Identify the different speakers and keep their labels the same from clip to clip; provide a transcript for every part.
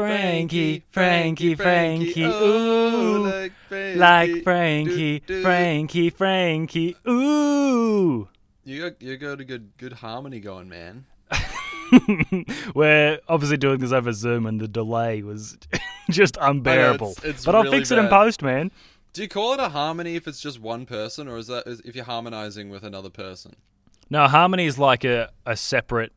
Speaker 1: Frankie, Frankie, Frankie,
Speaker 2: Oh,
Speaker 1: ooh.
Speaker 2: like Frankie.
Speaker 1: Like Frankie,
Speaker 2: Do, do.
Speaker 1: Frankie, Frankie, ooh.
Speaker 2: You got you got a good good harmony going, man.
Speaker 1: We're obviously doing this over Zoom, and the delay was just unbearable.
Speaker 2: it's- it's
Speaker 1: but I'll
Speaker 2: really
Speaker 1: fix it in
Speaker 2: bad.
Speaker 1: post, man.
Speaker 2: Do you call it a harmony if it's just one person, or is that is, if you're harmonizing with another person?
Speaker 1: No, harmony is like a, a separate.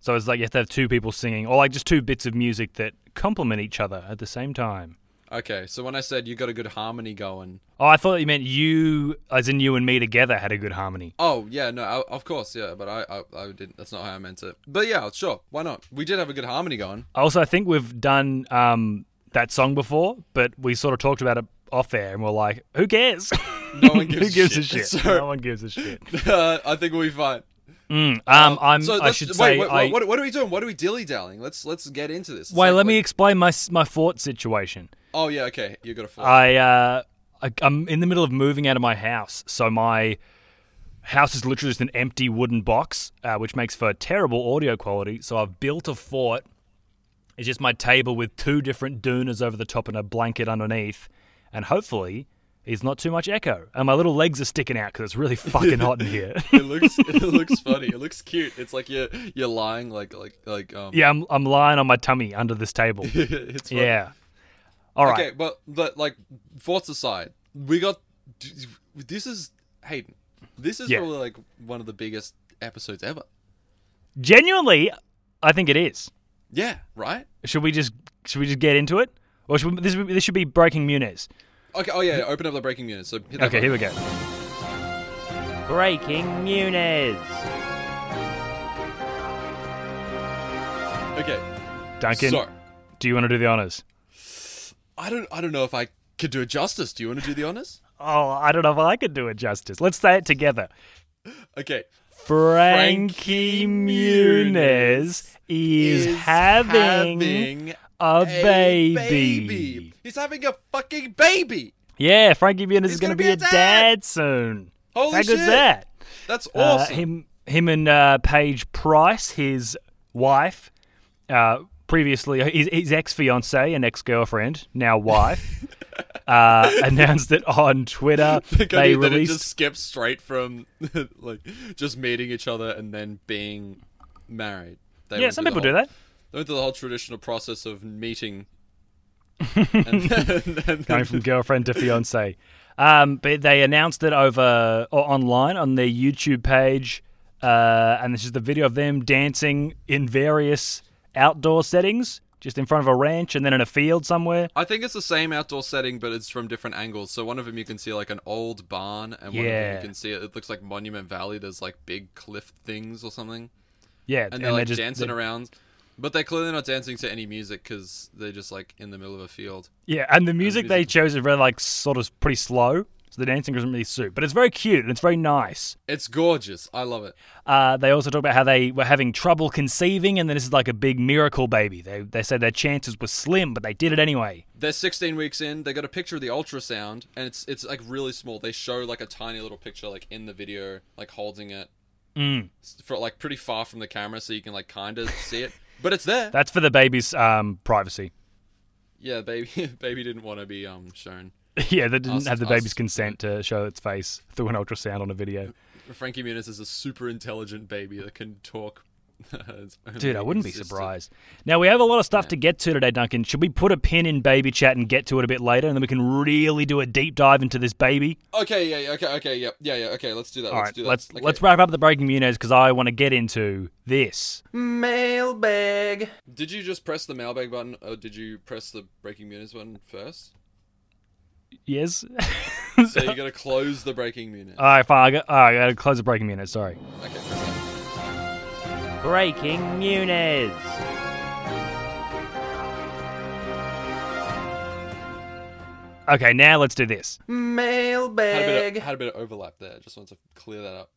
Speaker 1: So it's like you have to have two people singing, or like just two bits of music that complement each other at the same time.
Speaker 2: Okay, so when I said you got a good harmony going,
Speaker 1: Oh, I thought you meant you, as in you and me together, had a good harmony.
Speaker 2: oh yeah, no, I, of course, yeah, but I, I I didn't. That's not how I meant it. But yeah, sure, why not? We did have a good harmony going.
Speaker 1: Also, I think we've done um, that song before, but we sort of talked about it off air, and we're like, who cares?
Speaker 2: No one gives
Speaker 1: who
Speaker 2: a
Speaker 1: gives a
Speaker 2: shit.
Speaker 1: shit?
Speaker 2: So-
Speaker 1: No one gives a shit.
Speaker 2: Uh, I think we'll be fine.
Speaker 1: Mm, um, I'm,
Speaker 2: uh, so
Speaker 1: I
Speaker 2: let's-
Speaker 1: should
Speaker 2: wait,
Speaker 1: say,
Speaker 2: wait,
Speaker 1: I,
Speaker 2: what, what are we doing? What are we dilly dallying? Let's let's get into this. It's
Speaker 1: wait,
Speaker 2: like-
Speaker 1: let me
Speaker 2: like-
Speaker 1: explain my s- my fort situation.
Speaker 2: Oh yeah, okay, you got a four.
Speaker 1: I, uh, I I'm in the middle of moving out of my house, so my house is literally just an empty wooden box, uh, which makes for terrible audio quality. So I've built a fort. It's just my table with two different doonas over the top and a blanket underneath, and hopefully. It's not too much echo, and my little legs are sticking out because it's really fucking hot in here.
Speaker 2: it looks it looks funny. It looks cute. It's like you're you're lying like like like um.
Speaker 1: yeah, I'm, I'm lying on my tummy under this table.
Speaker 2: it's funny.
Speaker 1: yeah. All right.
Speaker 2: Okay, but but like forts aside, we got this is Hayden. This is
Speaker 1: Yeah.
Speaker 2: probably like one of the biggest episodes ever.
Speaker 1: Genuinely, I think it is.
Speaker 2: Yeah, right.
Speaker 1: Should we just should we just get into it, or should we, this would be- this should be breaking Muniz?
Speaker 2: Okay. Oh yeah. yeah, Open up the breaking news. So hit that
Speaker 1: Okay,
Speaker 2: button.
Speaker 1: here we go. Breaking Muniz.
Speaker 2: Okay.
Speaker 1: Duncan,
Speaker 2: So
Speaker 1: do you want to do the honors?
Speaker 2: I don't I don't know if I could do it justice. Do you want to do the honors?
Speaker 1: Oh, I don't know if I could do it justice. Let's say it together.
Speaker 2: Okay.
Speaker 1: Frankie Muniz is, having, a, baby.
Speaker 2: He's having a fucking baby.
Speaker 1: Yeah, Frankie Muniz is
Speaker 2: He's
Speaker 1: going to
Speaker 2: gonna
Speaker 1: be a dad, soon.
Speaker 2: Holy
Speaker 1: How
Speaker 2: shit!
Speaker 1: good's that?
Speaker 2: That's
Speaker 1: Uh,
Speaker 2: awesome.
Speaker 1: him, him, and uh, Paige Price, his wife, uh, previously his, his ex fiance and ex girlfriend, now wife, uh, announced it on Twitter. they
Speaker 2: they that it
Speaker 1: released
Speaker 2: just skips straight from like just meeting each other and then being married. They
Speaker 1: yeah,
Speaker 2: went
Speaker 1: some
Speaker 2: through the
Speaker 1: people do
Speaker 2: whole-
Speaker 1: that.
Speaker 2: They went through the whole traditional process of meeting. and then, and
Speaker 1: going
Speaker 2: then-
Speaker 1: from girlfriend to fiance. Um, but they announced it over or online on their YouTube page, uh, and this is the video of them dancing in various outdoor settings, just in front of a ranch and then in a field somewhere.
Speaker 2: I think it's the same outdoor setting, but it's from different angles. So one of them you can see like an old barn, and one of
Speaker 1: Yeah.
Speaker 2: them you can see it, it looks like Monument Valley. There's like big cliff things or something,
Speaker 1: Yeah,
Speaker 2: and they're like
Speaker 1: just-
Speaker 2: dancing
Speaker 1: they-
Speaker 2: around. But they're clearly not dancing to any music because they're just like in the middle of a field.
Speaker 1: Yeah, and the music they chose is really like sort of pretty slow, so the dancing doesn't really suit. But it's very cute and it's very nice.
Speaker 2: It's gorgeous. I love it.
Speaker 1: Uh, they also talk about how they were having trouble conceiving, and then this is like a big miracle baby. They they said their chances were slim, but they did it anyway.
Speaker 2: They're 16 weeks in. They got a picture of the ultrasound, and it's it's like really small. They show like a tiny little picture, like in the video, like holding it
Speaker 1: Mm.
Speaker 2: s- for like pretty far from the camera, so you can like kind of see it. But it's there.
Speaker 1: That's for the baby's um, privacy.
Speaker 2: yeah, baby, baby didn't want to be um shown.
Speaker 1: yeah, they didn't
Speaker 2: Us-
Speaker 1: have the
Speaker 2: us-
Speaker 1: baby's consent to show its face through an ultrasound on a video.
Speaker 2: Frankie Muniz is a super intelligent baby that can talk. It's only
Speaker 1: Dude, I wouldn't be
Speaker 2: existed.
Speaker 1: surprised. Now we have a lot of stuff to get to today, Duncan. Should we put a pin in baby chat and get to it a bit later, and then we can really do a deep dive into this baby?
Speaker 2: Okay, yeah, yeah, okay, okay, yeah, yeah, yeah. Okay, let's do that.
Speaker 1: All
Speaker 2: let's
Speaker 1: right,
Speaker 2: do that.
Speaker 1: let's
Speaker 2: okay.
Speaker 1: let's wrap up the breaking Muniz because I want to get into this.
Speaker 2: mailbag. Did you just press the mailbag button, or did you press the breaking Muniz button first?
Speaker 1: Yes.
Speaker 2: So you gotta close the breaking Muniz.
Speaker 1: all right, fine. I got, all right, I got to close the breaking Muniz. Sorry.
Speaker 2: Okay, press that.
Speaker 1: Breaking Muniz. Okay, now let's do this.
Speaker 2: Had a, bit
Speaker 3: Mailbag.
Speaker 2: of, had a bit of overlap there. Just wanted to clear that up.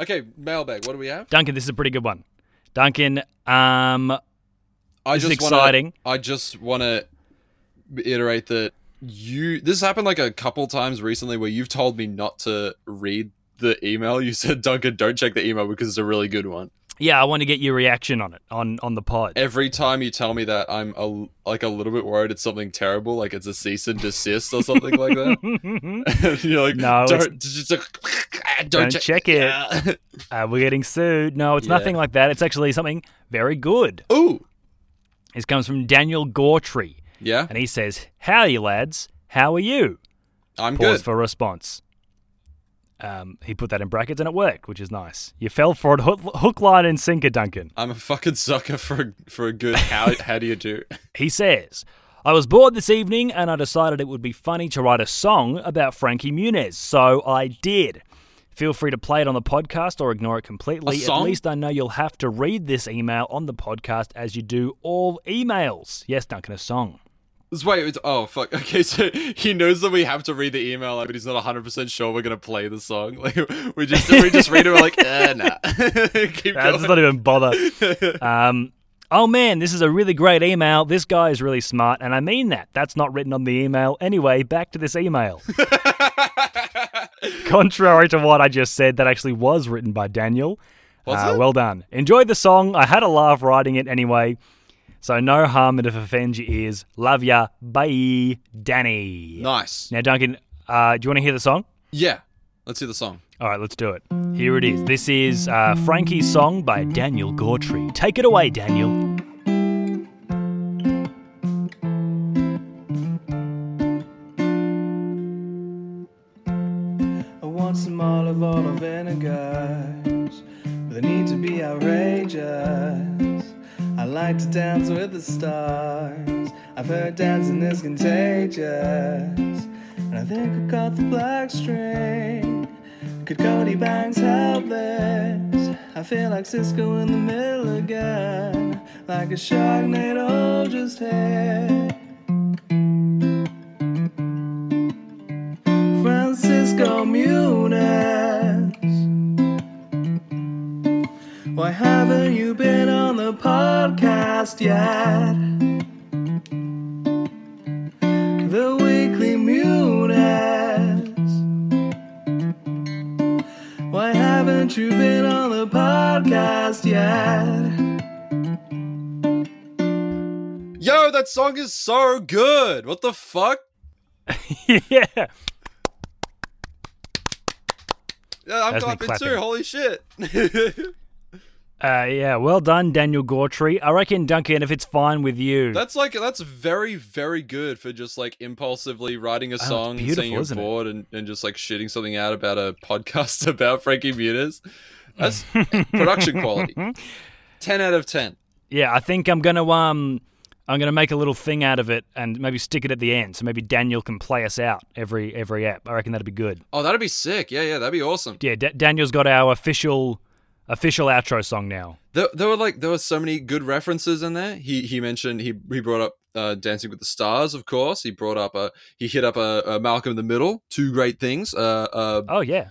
Speaker 2: Okay, mailbag. What do we have?
Speaker 1: Duncan, this is a pretty good one. Duncan, um,
Speaker 2: I
Speaker 1: This is
Speaker 2: just
Speaker 1: exciting.
Speaker 2: Wanna, I just want to iterate that you. This happened like a couple times recently where you've told me not to read the email. You said, Duncan, don't check the email because it's a really good one.
Speaker 1: Yeah, I want to get your reaction on it on on the pod.
Speaker 2: Every time you tell me that, I'm a, like a little bit worried it's something terrible, like it's a cease and desist or something like that. You're like,
Speaker 1: No,
Speaker 2: no,
Speaker 1: it's-
Speaker 2: don't, just a- don't,
Speaker 1: Don't
Speaker 2: check,
Speaker 1: check it.
Speaker 2: Yeah.
Speaker 1: Uh, we're getting sued. No, it's
Speaker 2: Yeah.
Speaker 1: nothing like that. It's actually something very good.
Speaker 2: Ooh,
Speaker 1: This comes from Daniel Gortry,
Speaker 2: yeah,
Speaker 1: and he says, "Howdy, lads. How are you?"
Speaker 2: I'm
Speaker 1: Pause
Speaker 2: good.
Speaker 1: for response. Um, he put that in brackets, and it worked, which is nice. You fell for it, hook, hook line, and sinker, Duncan.
Speaker 2: I'm a fucking sucker for for a good how how do you do?
Speaker 1: He says, I was bored this evening and I decided it would be funny to write a song about Frankie Muniz, so I did. Feel free to play it on the podcast or ignore it completely.
Speaker 2: A song?
Speaker 1: At least I know you'll have to read this email on the podcast as you do all emails. Yes, Duncan, a song.
Speaker 2: This way, it's, oh fuck. Okay, so he knows that we have to read the email, like, but he's not 100 percent sure we're gonna play the song. Like we just we just read it, we're like, eh, nah. Keep
Speaker 1: Uh, let's
Speaker 2: going.
Speaker 1: not even bother. Um, oh man, this is a really great email. This guy is really smart, and I mean that. That's not written on the email. Anyway, back to this email. Contrary to what I just said, that actually was written by Daniel.
Speaker 2: Was
Speaker 1: Uh,
Speaker 2: it?
Speaker 1: Well done. Enjoyed the song. I had a laugh writing it anyway. So no harm if it offends your ears. Love ya. Bye, Danny.
Speaker 2: nice.
Speaker 1: Now, Duncan, uh, do you want to hear the song?
Speaker 2: Yeah, let's hear the song.
Speaker 1: All right, let's do it. Here it is. This is uh, Frankie's song by Daniel Gortry. Take it away, Daniel.
Speaker 3: I want some olive oil or vinegars, but they need to be outrageous. I like to dance with the stars. I've heard dancing is contagious, and I think I got the black string. Could Cody Banks help this? I feel like Cisco in the middle again, like a Sharknado just hit. Francisco Muniz. Why haven't you been on the podcast yet? The Weekly Muniz. Why haven't you been on the podcast yet?
Speaker 2: Yo, that song is so good. What the fuck?
Speaker 1: yeah. Uh,
Speaker 2: Yeah, I'm
Speaker 1: That's me
Speaker 2: clapping,
Speaker 1: clapping.
Speaker 2: too. Holy shit.
Speaker 1: Uh, yeah, well done, Daniel Gortry. I reckon, Duncan, if it's fine with you,
Speaker 2: that's like that's very very good for just like impulsively writing a song, and
Speaker 1: Oh, beautiful,
Speaker 2: saying you're
Speaker 1: isn't it?
Speaker 2: bored, and, and just like shitting something out about a podcast about Frankie Muniz. That's production quality. Ten out of ten.
Speaker 1: yeah, I think I'm gonna um, I'm gonna make a little thing out of it and maybe stick it at the end, so maybe Daniel can play us out every every app. I reckon that'd be good.
Speaker 2: Oh, that'd be sick. Yeah, yeah, that'd be awesome.
Speaker 1: Yeah, D- Daniel's got our official official outro song now.
Speaker 2: There, there were like there were so many good references in there. He he mentioned he he brought up uh, Dancing with the Stars, of course. He brought up a he hit up a, a Malcolm in the Middle. Two great things. Uh,
Speaker 1: Oh yeah,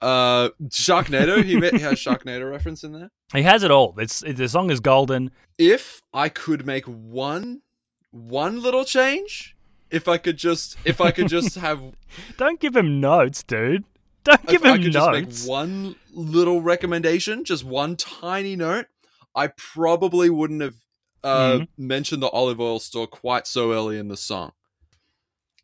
Speaker 2: uh, uh, Sharknado. He, met, he has Sharknado reference in there.
Speaker 1: he has it all. It's it, the song is golden.
Speaker 2: If I could make one one little change, if I could just if I could just have
Speaker 1: Don't give him notes, dude. Don't give
Speaker 2: if I
Speaker 1: him
Speaker 2: could
Speaker 1: notes.
Speaker 2: just make one little recommendation, just one tiny note, I probably wouldn't have uh,
Speaker 1: Mm-hmm.
Speaker 2: mentioned the olive oil store quite so early in the song.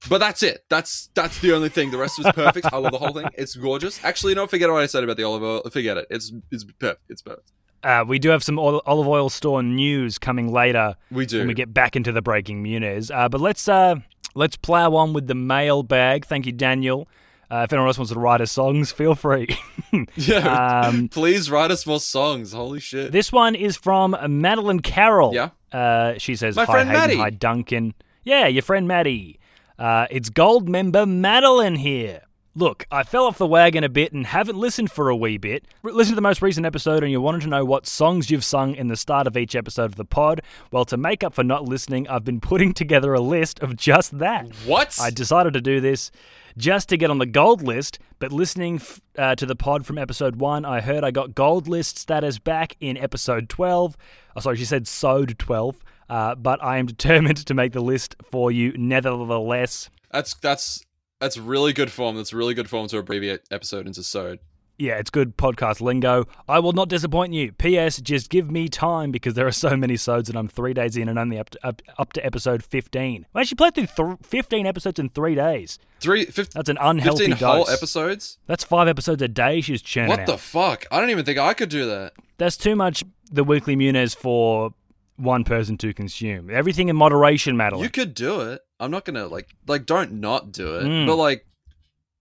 Speaker 2: But that's it. That's that's the only thing. The rest was perfect. I love the whole thing. It's gorgeous. Actually, no, forget what I said about the olive oil. Forget it. It's it's perfect. It's perfect.
Speaker 1: Uh, we do have some ol- olive oil store news coming later.
Speaker 2: We do.
Speaker 1: when we get back into the breaking Muniz. Uh, but let's uh, let's plow on with the mailbag. Thank you, Daniel. Uh, if anyone else wants to write us songs, feel free.
Speaker 2: yeah.
Speaker 1: um,
Speaker 2: Please write us more songs. Holy shit.
Speaker 1: this one is from Madeline Carroll.
Speaker 2: Yeah.
Speaker 1: Uh, she says,
Speaker 2: My
Speaker 1: Hi,
Speaker 2: friend
Speaker 1: Hayden.
Speaker 2: Maddie."
Speaker 1: Hi, Duncan. Yeah, your friend Maddie. Uh, it's gold member Madeline here. Look, I fell off the wagon a bit and haven't listened for a wee bit. Re- Listen to the most recent episode and you wanted to know what songs you've sung in the start of each episode of the pod. Well, to make up for not listening, I've been putting together a list of just that.
Speaker 2: what?
Speaker 1: I decided to do this just to get on the gold list, but listening f- uh, to the pod from episode one, I heard I got gold list status back in episode 12. Oh, sorry, she said sode 12, uh, but I am determined to make the list for you nevertheless.
Speaker 2: That's that's that's really good form. That's really good form to abbreviate episode into sode.
Speaker 1: yeah, it's good podcast lingo. I will not disappoint you. P.S. Just give me time because there are so many sods and I'm three days in and only up to, up, up to episode 15. I actually played through th- 15 episodes in three days.
Speaker 2: Three, fif-
Speaker 1: That's an unhealthy
Speaker 2: 15 whole
Speaker 1: dose.
Speaker 2: episodes?
Speaker 1: That's five episodes a day she's churning
Speaker 2: What
Speaker 1: out.
Speaker 2: the fuck? I don't even think I could do that.
Speaker 1: That's too much the weekly Munez for one person to consume. Everything in moderation, Madeline.
Speaker 2: You could do it. I'm not gonna like like don't not do it.
Speaker 1: Hmm.
Speaker 2: But like,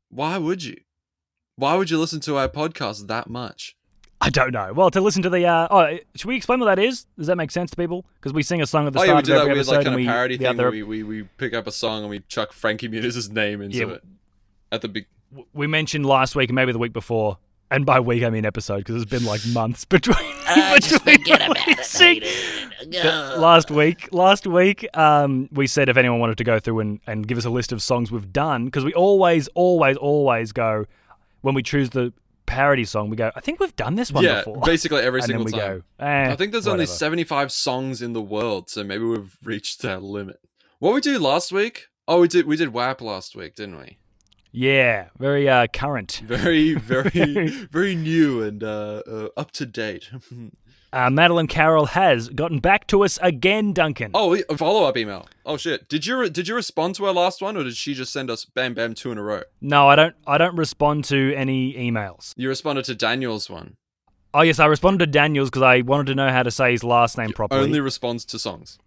Speaker 2: why would you? Why would you listen to our podcast that much?
Speaker 1: I don't know. Well, to listen to the uh, oh, should we explain what that is? Does that make sense to people? Because we sing a song at the
Speaker 2: oh
Speaker 1: start
Speaker 2: yeah, we
Speaker 1: of
Speaker 2: do that
Speaker 1: every
Speaker 2: weird
Speaker 1: episode,
Speaker 2: like kind
Speaker 1: and
Speaker 2: of
Speaker 1: we,
Speaker 2: parody
Speaker 1: the
Speaker 2: thing
Speaker 1: other-
Speaker 2: where we, we we pick up a song and we chuck Frankie Muniz's name into
Speaker 1: Yeah.
Speaker 2: it at the be-
Speaker 1: we mentioned last week and maybe the week before, and by week I mean episode because it's been like months between.
Speaker 4: I Uh, just
Speaker 1: between
Speaker 4: forget about it. I
Speaker 1: releasing.
Speaker 4: hate it.
Speaker 1: But
Speaker 4: Ugh.
Speaker 1: last week, last week, um, we said if anyone wanted to go through and, and give us a list of songs we've done, because we always, always, always go when we choose the parody song, we go, I think we've done this one
Speaker 2: yeah,
Speaker 1: before.
Speaker 2: basically every
Speaker 1: and then
Speaker 2: single
Speaker 1: we
Speaker 2: time.
Speaker 1: go. eh,
Speaker 2: I think there's only
Speaker 1: whatever.
Speaker 2: 75 songs in the world, so maybe we've reached our limit. What we do last week? Oh, we did we did WAP last week, didn't we?
Speaker 1: Yeah, very uh, current.
Speaker 2: Very very very new and uh, uh, up to date.
Speaker 1: Uh, Madeline Carroll has gotten back to us again, Duncan.
Speaker 2: Oh, a follow-up email. Oh shit. Did you re- did you respond to our last one or did she just send us bam bam two in a row?
Speaker 1: No, I don't. I don't respond to any emails.
Speaker 2: You responded to Daniel's one.
Speaker 1: Oh yes, I responded to Daniel's because I wanted to know how to say his last name properly.
Speaker 2: Only responds to songs.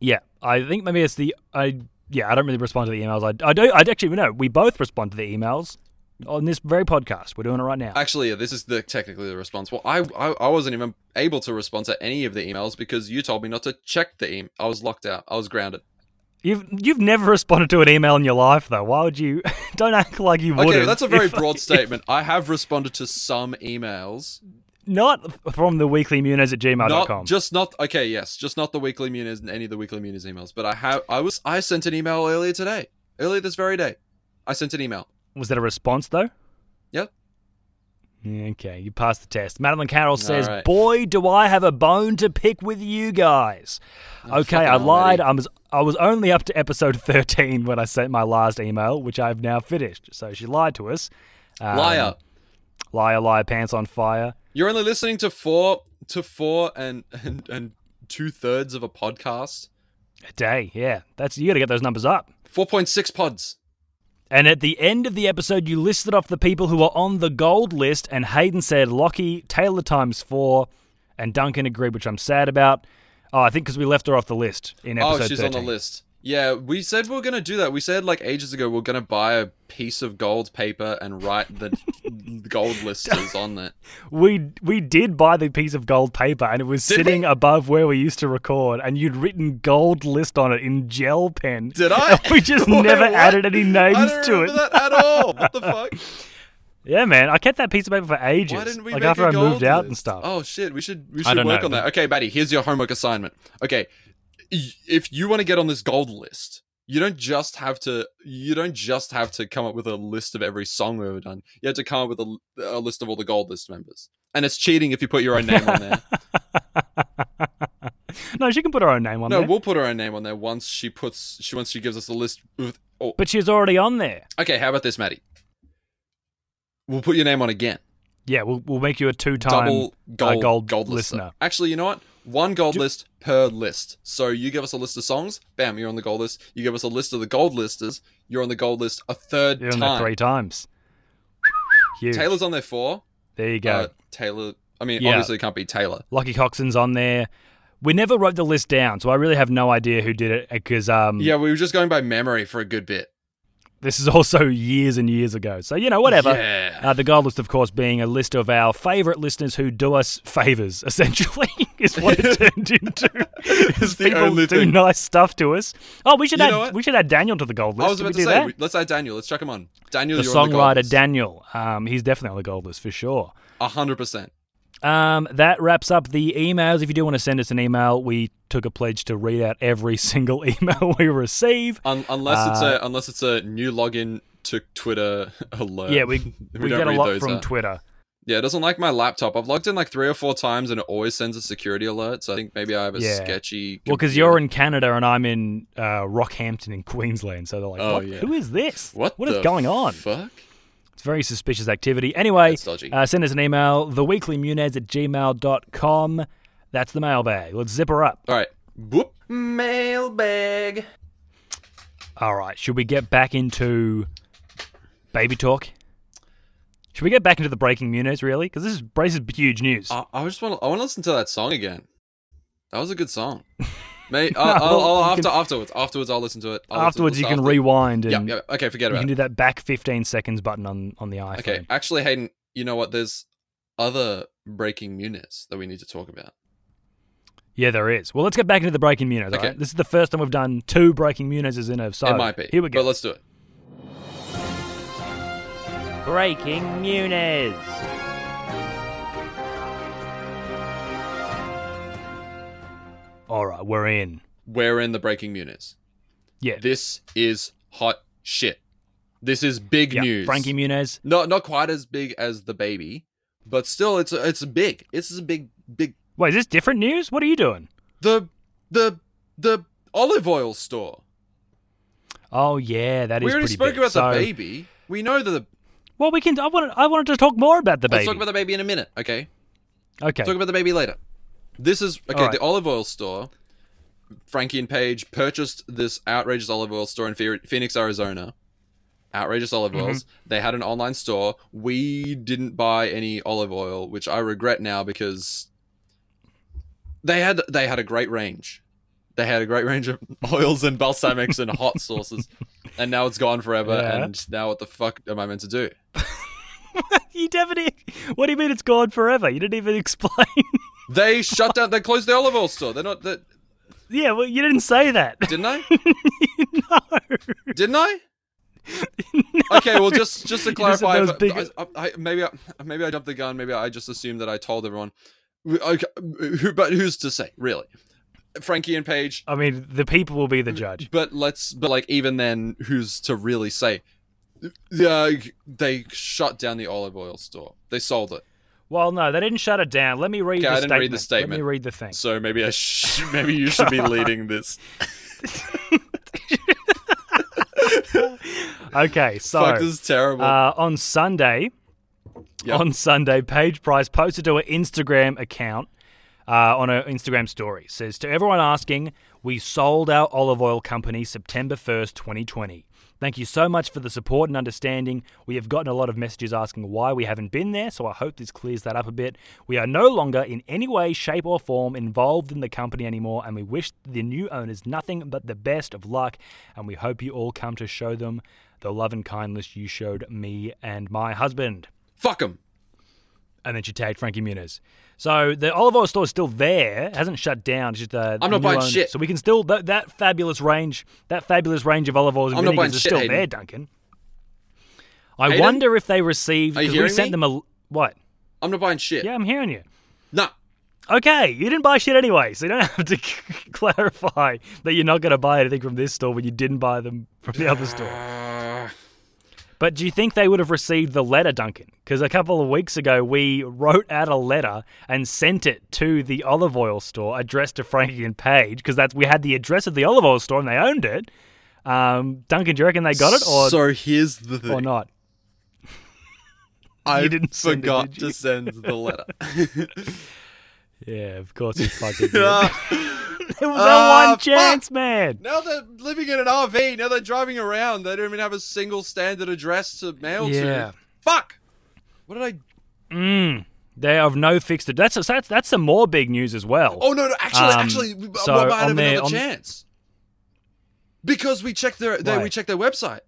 Speaker 1: Yeah, I think maybe it's the I. Yeah, I don't really respond to the emails. I, I do. I actually no. We both respond to the emails on this very podcast. We're doing it right now.
Speaker 2: Actually, yeah, this is the technically the response. Well, I, I I wasn't even able to respond to any of the emails because you told me not to check the email. I was locked out. I was grounded.
Speaker 1: you've you've never responded to an email in your life though. Why would you? don't act like you would.
Speaker 2: Okay, that's a very broad statement. I have responded to some emails.
Speaker 1: Not from the weekly munos at gmail.com.
Speaker 2: Not just not okay, yes, just not the weekly Muniz and any of the weekly Muniz emails. But I have I was I sent an email earlier today. Earlier this very day. I sent an email.
Speaker 1: Was that a response though?
Speaker 2: Yep.
Speaker 1: Okay, you passed the test. Madeline Carroll says,
Speaker 2: right.
Speaker 1: "Boy, do I have a bone to pick with you guys." okay, I
Speaker 2: fucking
Speaker 1: lied.
Speaker 2: already.
Speaker 1: I was I was only up to episode thirteen when I sent my last email, which I've now finished. So she lied to us. Um,
Speaker 2: Liar.
Speaker 1: liar, liar, pants on fire.
Speaker 2: You're only listening to four to four and and, and two thirds of a podcast.
Speaker 1: A day, yeah. That's you got to get those numbers up.
Speaker 2: Four point six pods.
Speaker 1: And at the end of the episode, you listed off the people who are on the gold list, and Hayden said Lockie, Taylor times four, and Duncan agreed, which I'm sad about. Oh, I think because we left her off the list in episode
Speaker 2: Oh, she's on
Speaker 1: 13.
Speaker 2: the list. Yeah, we said we are gonna do that. We said like ages ago we are gonna buy a piece of gold paper and write the gold listers on that.
Speaker 1: We we did buy the piece of gold paper, and it was sitting above where we used to record, and you'd written gold list on it in gel pen.
Speaker 2: Did I?
Speaker 1: We just
Speaker 2: Wait,
Speaker 1: never
Speaker 2: what?
Speaker 1: added any names
Speaker 2: I don't
Speaker 1: to it.
Speaker 2: remember that at all. What the fuck?
Speaker 1: Yeah, man, I kept that piece of paper for ages.
Speaker 2: Why didn't we
Speaker 1: like
Speaker 2: make
Speaker 1: after
Speaker 2: a
Speaker 1: I
Speaker 2: gold
Speaker 1: moved out and
Speaker 2: list?
Speaker 1: stuff.
Speaker 2: Oh shit, we should we
Speaker 1: I
Speaker 2: should
Speaker 1: don't
Speaker 2: work
Speaker 1: know,
Speaker 2: on that. Okay, Maddie, here's your homework assignment. Okay, y- if you want to get on this gold list, you don't just have to you don't just have to come up with a list of every song we've ever done. You have to come up with a, l- a list of all the gold list members. And it's cheating if you put your own name on there.
Speaker 1: No, she can put her own name on
Speaker 2: Oh. No,
Speaker 1: there,
Speaker 2: we'll put her own name on there once she puts she once she gives us the list. With, oh,
Speaker 1: but she's already on there.
Speaker 2: okay. How about this, Maddie? We'll put your name on again.
Speaker 1: Yeah, we'll, we'll make you a two-time
Speaker 2: double
Speaker 1: uh,
Speaker 2: gold,
Speaker 1: gold,
Speaker 2: gold lister.
Speaker 1: listener.
Speaker 2: Actually, you know what? One gold list per list. So you give us a list of songs, bam, you're on the gold list. You give us a list of the gold listers, you're on the gold list a 3rd
Speaker 1: You're on there
Speaker 2: time.
Speaker 1: three times. Huge.
Speaker 2: Taylor's on there four.
Speaker 1: there you go.
Speaker 2: Uh, Taylor. I mean,
Speaker 1: Yeah.
Speaker 2: obviously it can't be Taylor.
Speaker 1: Lockie Coxon's on there. We never wrote the list down, so I really have no idea who did it because um,
Speaker 2: Yeah, we were just going by memory for a good bit.
Speaker 1: this is also years and years ago. So, you know, whatever.
Speaker 2: Yeah.
Speaker 1: Uh, the gold list, of course, being a list of our favourite listeners who do us favours, essentially, is what it turned into.
Speaker 2: It's the
Speaker 1: People
Speaker 2: only
Speaker 1: do
Speaker 2: thing.
Speaker 1: nice stuff to to us. Oh, we should
Speaker 2: You know
Speaker 1: add
Speaker 2: what?
Speaker 1: we should add Daniel to the gold list.
Speaker 2: I was
Speaker 1: Did
Speaker 2: about
Speaker 1: we
Speaker 2: to
Speaker 1: do
Speaker 2: say,
Speaker 1: that?
Speaker 2: we- let's add Daniel. Let's chuck him on. Daniel,
Speaker 1: the
Speaker 2: you're on the gold
Speaker 1: songwriter
Speaker 2: list.
Speaker 1: Daniel. Um, he's definitely on the gold list for sure.
Speaker 2: A hundred percent.
Speaker 1: Um, that wraps up the emails. If you do want to send us an email, we took a pledge to read out every single email we receive.
Speaker 2: Un- unless it's
Speaker 1: Uh,
Speaker 2: a unless it's a new login to Twitter alert.
Speaker 1: Yeah, we we,
Speaker 2: don't
Speaker 1: get a
Speaker 2: read
Speaker 1: lot
Speaker 2: those uh,
Speaker 1: from
Speaker 2: out.
Speaker 1: Twitter.
Speaker 2: Yeah, it doesn't like my laptop. I've logged in like three or four times and it always sends a security alert. So I think maybe I have a
Speaker 1: Yeah.
Speaker 2: sketchy.
Speaker 1: Well, because you're in Canada and I'm in uh, Rockhampton in Queensland, so they're like,
Speaker 2: Oh,
Speaker 1: what?
Speaker 2: yeah.
Speaker 1: "Who is this?
Speaker 2: What
Speaker 1: what is
Speaker 2: the
Speaker 1: going on?"
Speaker 2: Fuck.
Speaker 1: It's very suspicious activity. Anyway,
Speaker 2: That's dodgy.
Speaker 1: uh, send us an email, theweeklymunez at gmail.com. That's the mailbag. Let's zip her up.
Speaker 2: All right. Whoop.
Speaker 3: Mailbag.
Speaker 1: All right, should we get back into baby talk? Should we get back into the breaking Muniz, really? Because this is, this is huge news.
Speaker 2: I, I just want to. I want to listen to that song again. That was a good song. May I'll, I'll, I'll,
Speaker 1: you
Speaker 2: after
Speaker 1: can-
Speaker 2: afterwards. Afterwards, I'll listen to it. I'll listen-
Speaker 1: Afterwards, you
Speaker 2: listen
Speaker 1: can
Speaker 2: after-
Speaker 1: rewind and
Speaker 2: Yeah, yeah. Okay, forget
Speaker 1: you
Speaker 2: about
Speaker 1: can
Speaker 2: it.
Speaker 1: do that back 15 seconds button on, on the iPhone.
Speaker 2: Okay, actually, Hayden, you know what? There's other breaking news that we need to talk about.
Speaker 1: Yeah, there is. Well, let's get back into the breaking Muniz.
Speaker 2: Okay.
Speaker 1: This is the first time we've done two breaking Munizes in a so
Speaker 2: it might be.
Speaker 1: Here we go.
Speaker 2: But let's do it.
Speaker 1: Breaking Muniz. All right, we're in.
Speaker 2: We're in the breaking news.
Speaker 1: Yeah.
Speaker 2: This is hot shit. This is big
Speaker 1: yeah.
Speaker 2: news.
Speaker 1: Frankie Muniz.
Speaker 2: No, not quite as big as the baby, but still, it's it's big. This is a big, big.
Speaker 1: Wait, is this different news? What are you doing?
Speaker 2: The the the olive oil store.
Speaker 1: Oh yeah, that is.
Speaker 2: we already
Speaker 1: pretty
Speaker 2: spoke
Speaker 1: big.
Speaker 2: about the
Speaker 1: So-
Speaker 2: baby. We know the.
Speaker 1: Well, we can. I wanted. I wanted to talk more about the baby.
Speaker 2: Let's talk about the baby in a minute. Okay.
Speaker 1: okay.
Speaker 2: Talk about the baby later. This is okay.
Speaker 1: Alright.
Speaker 2: The olive oil store. Frankie and Paige purchased this outrageous olive oil store in Phe- Phoenix, Arizona. Outrageous olive
Speaker 1: Mm-hmm.
Speaker 2: oils. They had an online store. We didn't buy any olive oil, which I regret now because they had they had a great range. They had a great range of oils and balsamics and hot sauces, and now it's gone forever.
Speaker 1: Yeah.
Speaker 2: And now what the fuck am I meant to do?
Speaker 1: you definitely. What do you mean it's gone forever? You didn't even explain.
Speaker 2: They shut down. They closed the olive oil store. They're not. That
Speaker 1: yeah, well, you didn't say that.
Speaker 2: didn't I?
Speaker 1: no.
Speaker 2: Didn't I? Okay, well, just just to
Speaker 1: You just said
Speaker 2: clarify,
Speaker 1: those
Speaker 2: if I-
Speaker 1: big-
Speaker 2: I, I, maybe I, maybe I jumped the gun. Maybe I just assumed that I told everyone. We- Okay, who, but who's to say, really? Frankie and Paige.
Speaker 1: I mean, the people will be the judge.
Speaker 2: But let's, but like even then, who's to really say? Uh, they shut down the olive oil store. They sold it.
Speaker 1: Well, no, they didn't shut it down. Let me read.
Speaker 2: Okay,
Speaker 1: the
Speaker 2: I didn't read the
Speaker 1: Let me
Speaker 2: statement.
Speaker 1: read the thing.
Speaker 2: So maybe I sh- maybe you should be leading this.
Speaker 1: Okay, so
Speaker 2: Fuck, this is terrible.
Speaker 1: uh, on Sunday,
Speaker 2: Yep.
Speaker 1: on Sunday, Paige Price posted to her Instagram account uh, on her Instagram story says to everyone asking, "We sold our olive oil company September first, 2020." Thank you so much for the support and understanding. We have gotten a lot of messages asking why we haven't been there, so I hope this clears that up a bit. We are no longer in any way, shape, or form involved in the company anymore, and we wish the new owners nothing but the best of luck, and we hope you all come to show them the love and kindness you showed me and my husband
Speaker 2: Fuck them.
Speaker 1: and then she tagged Frankie Muniz. So the olive oil store is still there, it hasn't shut down. It's just uh,
Speaker 2: I'm not
Speaker 1: new
Speaker 2: buying
Speaker 1: owners.
Speaker 2: shit.
Speaker 1: So we can still that, that fabulous range, that fabulous range of olive oils and
Speaker 2: I'm not buying
Speaker 1: vinegars is
Speaker 2: shit,
Speaker 1: still
Speaker 2: Hayden.
Speaker 1: there, Duncan. I
Speaker 2: Hayden?
Speaker 1: wonder if they received
Speaker 2: Are you
Speaker 1: because we
Speaker 2: hearing
Speaker 1: sent
Speaker 2: me?
Speaker 1: them a what?
Speaker 2: I'm not buying shit.
Speaker 1: Yeah, I'm hearing you.
Speaker 2: Nah.
Speaker 1: Okay, you didn't buy shit anyway, so you don't have to clarify that you're not going to buy anything from this store when you didn't buy them from the other store.
Speaker 2: Uh,
Speaker 1: But do you think they would have received the letter, Duncan? Because a couple of weeks ago, we wrote out a letter and sent it to the olive oil store addressed to Frankie and Paige because that's we had the address of the olive oil store and they owned it. Um, Duncan, do you reckon they got it or
Speaker 2: so here's the thing.
Speaker 1: or not?
Speaker 2: I
Speaker 1: didn't send it,
Speaker 2: forgot
Speaker 1: did you?
Speaker 2: to send the letter.
Speaker 1: Yeah, of course you fucking did. it
Speaker 2: Ah,
Speaker 1: was
Speaker 2: Ah,
Speaker 1: our one
Speaker 2: fuck.
Speaker 1: chance, man.
Speaker 2: now they're living in an RV. Now they're driving around. They don't even have a single standard address to mail
Speaker 1: Yeah.
Speaker 2: to. Fuck. What did I?
Speaker 1: Mm, they have no fixed. That's that's that's some more big news as well.
Speaker 2: Oh no! no actually,
Speaker 1: Um,
Speaker 2: actually, we
Speaker 1: so
Speaker 2: I might
Speaker 1: on
Speaker 2: have
Speaker 1: their-
Speaker 2: another
Speaker 1: on-
Speaker 2: chance because we checked their they, we
Speaker 1: Why?
Speaker 2: checked their website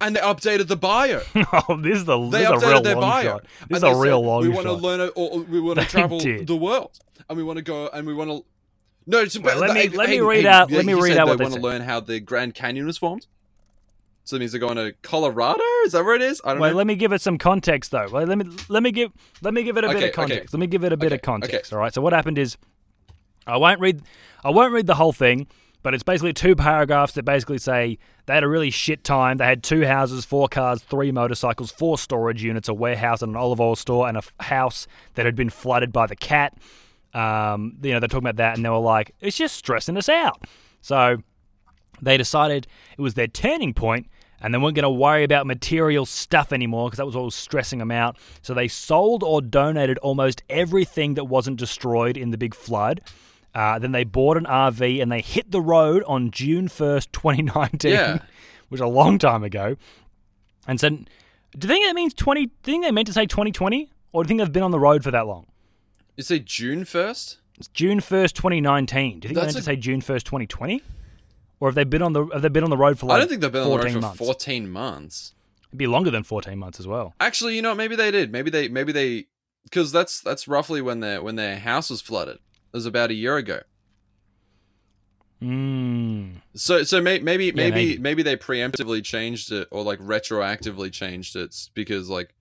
Speaker 2: and they updated the bio.
Speaker 1: Oh, this is the
Speaker 2: They
Speaker 1: this is a
Speaker 2: updated
Speaker 1: real
Speaker 2: their
Speaker 1: long
Speaker 2: bio.
Speaker 1: shot. This is
Speaker 2: and
Speaker 1: a
Speaker 2: they
Speaker 1: real
Speaker 2: said,
Speaker 1: long
Speaker 2: We
Speaker 1: shot.
Speaker 2: want to learn a- or, or we want to
Speaker 1: They
Speaker 2: travel
Speaker 1: did.
Speaker 2: the world and we want to go and we want to. No, it's,
Speaker 1: Wait, let
Speaker 2: the-
Speaker 1: me-
Speaker 2: hey,
Speaker 1: let me
Speaker 2: hey,
Speaker 1: read
Speaker 2: hey,
Speaker 1: out-
Speaker 2: yeah,
Speaker 1: let me
Speaker 2: you
Speaker 1: read
Speaker 2: said
Speaker 1: out
Speaker 2: They
Speaker 1: what they
Speaker 2: want to
Speaker 1: said.
Speaker 2: learn how the Grand Canyon was formed. So that means they're going to Colorado. Is that where it is? I don't
Speaker 1: Wait,
Speaker 2: know.
Speaker 1: let me give it some context though. Wait, let me let me give let me give it a bit
Speaker 2: Okay,
Speaker 1: of context.
Speaker 2: okay.
Speaker 1: Let me give it a bit
Speaker 2: Okay,
Speaker 1: of context.
Speaker 2: okay.
Speaker 1: All right. So what happened is, I won't read I won't read the whole thing, but it's basically two paragraphs that basically say they had a really shit time. They had two houses, four cars, three motorcycles, four storage units, a warehouse, and an olive oil store, and a f- house that had been flooded by the cat. Um, you know, they're talking about that, and they were like, "It's just stressing us out." So they decided it was their turning point and they weren't going to worry about material stuff anymore because that was what was stressing them out. So they sold or donated almost everything that wasn't destroyed in the big flood. Uh, then they bought an RV and they hit the road on June 1st, 2019,
Speaker 2: Yeah.
Speaker 1: which is a long time ago. And so, do you think that means 20? Do you think they meant to say 2020? Or do you think they've been on the road for that long?
Speaker 2: You say June first?
Speaker 1: It's June 1st, 2019. Do you think
Speaker 2: That's
Speaker 1: they meant to
Speaker 2: a-
Speaker 1: say June 1st, 2020? Or have they been on the have they been on the road for like
Speaker 2: I don't think they've been on the
Speaker 1: 14
Speaker 2: road for
Speaker 1: months?
Speaker 2: fourteen months.
Speaker 1: It'd be longer than 14 months as well.
Speaker 2: Actually, you know, what, maybe they did. Maybe they, maybe they, because that's that's roughly when their when their house was flooded. It was about a year ago.
Speaker 1: Mm.
Speaker 2: So so may, maybe maybe
Speaker 1: maybe.
Speaker 2: maybe they preemptively changed it or like retroactively changed it s- because like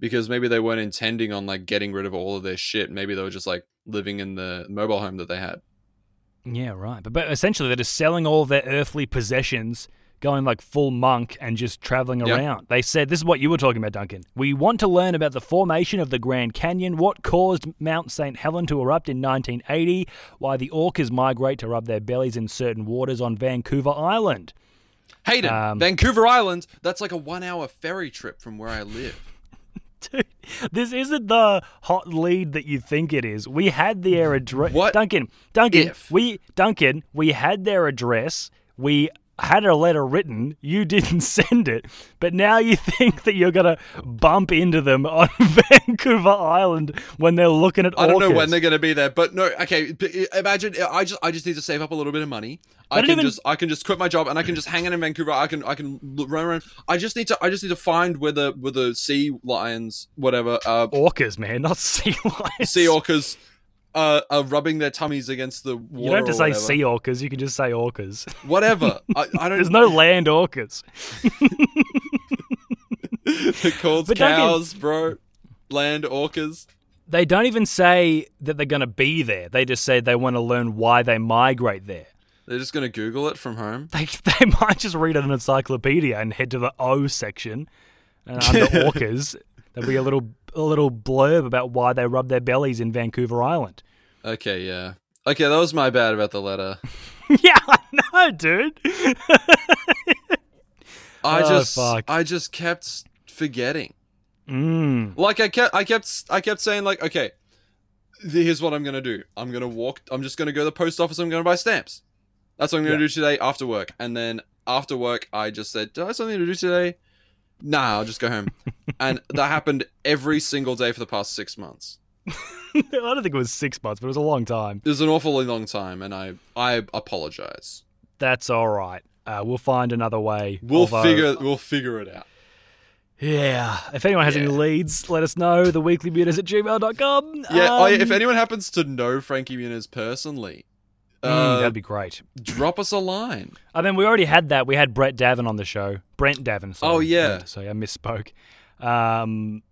Speaker 2: because maybe they weren't intending on like getting rid of all of their shit. Maybe they were just like living in the mobile home that they had.
Speaker 1: Yeah, right. But, but essentially, they're just selling all their earthly possessions, going like full monk and just traveling
Speaker 2: Yeah.
Speaker 1: around. They said, This is what you were talking about, Duncan. We want to learn about the formation of the Grand Canyon, what caused Mount St. Helen to erupt in 1980, why the orcas migrate to rub their bellies in certain waters on Vancouver Island.
Speaker 2: Hayden,
Speaker 1: Um,
Speaker 2: Vancouver Island. That's like a one-hour ferry trip from where I live.
Speaker 1: Dude, this isn't the hot lead that you think it is. We had their address.
Speaker 2: What
Speaker 1: Duncan, Duncan,
Speaker 2: if?
Speaker 1: we Duncan, we had their address. We had a letter written. You didn't send it, but now you think that you're gonna bump into them on Vancouver Island when they're looking at.
Speaker 2: I don't know
Speaker 1: orcas.
Speaker 2: when they're going to be there, but no, okay. b- Imagine I just I just need to save up a little bit of money. I,
Speaker 1: don't
Speaker 2: can
Speaker 1: even-
Speaker 2: just I can just quit my job and I can just hang out in Vancouver. I can I can l- run around. I just need to I just need to find where the where the sea lions whatever uh,
Speaker 1: Orcas, man, not sea lions.
Speaker 2: sea orcas uh, are rubbing their tummies against the water.
Speaker 1: You don't have to
Speaker 2: or
Speaker 1: say
Speaker 2: whatever.
Speaker 1: sea orcas. You can just say orcas.
Speaker 2: Whatever. I, I don't.
Speaker 1: There's no land orcas.
Speaker 2: They're called
Speaker 1: But don't get-
Speaker 2: cows, bro. Land orcas.
Speaker 1: They don't even say that they're going to be there. They just say they want to learn why they migrate there.
Speaker 2: They're just going to Google it from home.
Speaker 1: They, they might just read an encyclopedia and head to the O section and under orcas. There'll be a little a little blurb about why they rub their bellies in Vancouver Island.
Speaker 2: Okay, yeah. Okay, that was my bad about the letter.
Speaker 1: yeah, I know, dude.
Speaker 2: I
Speaker 1: Oh,
Speaker 2: just
Speaker 1: fuck.
Speaker 2: I just kept forgetting.
Speaker 1: Mm.
Speaker 2: like I kept I kept I kept saying like okay th- here's what I'm gonna do I'm gonna walk I'm just gonna go to the post office I'm gonna buy stamps that's what I'm gonna
Speaker 1: Yeah.
Speaker 2: do today after work and then after work I just said do I have something to do today nah I'll just go home and that happened every single day for the past six months
Speaker 1: I don't think it was six months, but it was a long time.
Speaker 2: it was an awfully long time and I I apologize
Speaker 1: That's all right. Uh, we'll find another way.
Speaker 2: we'll
Speaker 1: although-
Speaker 2: figure we'll figure it out
Speaker 1: Yeah. If anyone has any
Speaker 2: Yeah.
Speaker 1: leads, let us know. Theweeklymuters at gmail.com.
Speaker 2: yeah oh, yeah,
Speaker 1: Um,
Speaker 2: if anyone happens to know Frankie Muniz personally
Speaker 1: mm,
Speaker 2: uh,
Speaker 1: that'd be great.
Speaker 2: drop us a line
Speaker 1: I mean, we already had that. We had Brett Davin on the show. Brent Davin. Sorry.
Speaker 2: Oh, yeah.
Speaker 1: So I misspoke. Um,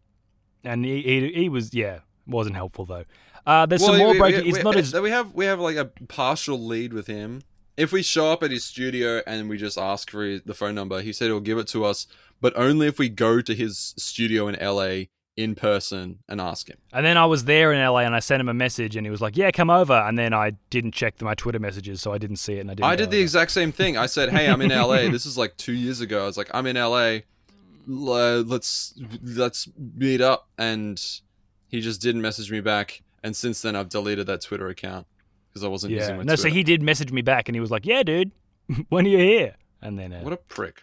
Speaker 1: and he, he he was yeah wasn't helpful though. Uh, there's some
Speaker 2: Well,
Speaker 1: more
Speaker 2: we-
Speaker 1: breaking.
Speaker 2: we-
Speaker 1: It's
Speaker 2: we-
Speaker 1: not as
Speaker 2: we have we have like a partial lead with him. If we show up at his studio and we just ask for his, the phone number, he said he'll give it to us, but only if we go to his studio in LA in person and ask him.
Speaker 1: and then I was there in LA and I sent him a message and he was like yeah come over and then I didn't check my Twitter messages so I didn't see it and I didn't.
Speaker 2: I
Speaker 1: go
Speaker 2: did the
Speaker 1: over.
Speaker 2: exact same thing. I said, "Hey, I'm in LA." This is like 2 years ago. I was like, "I'm in LA. L- Let's let's meet up." And he just didn't message me back, and since then I've deleted that Twitter account because I wasn't
Speaker 1: yeah
Speaker 2: using my
Speaker 1: no
Speaker 2: Twitter.
Speaker 1: so he did message me back and he was like yeah dude when are you here and then uh,
Speaker 2: What a prick.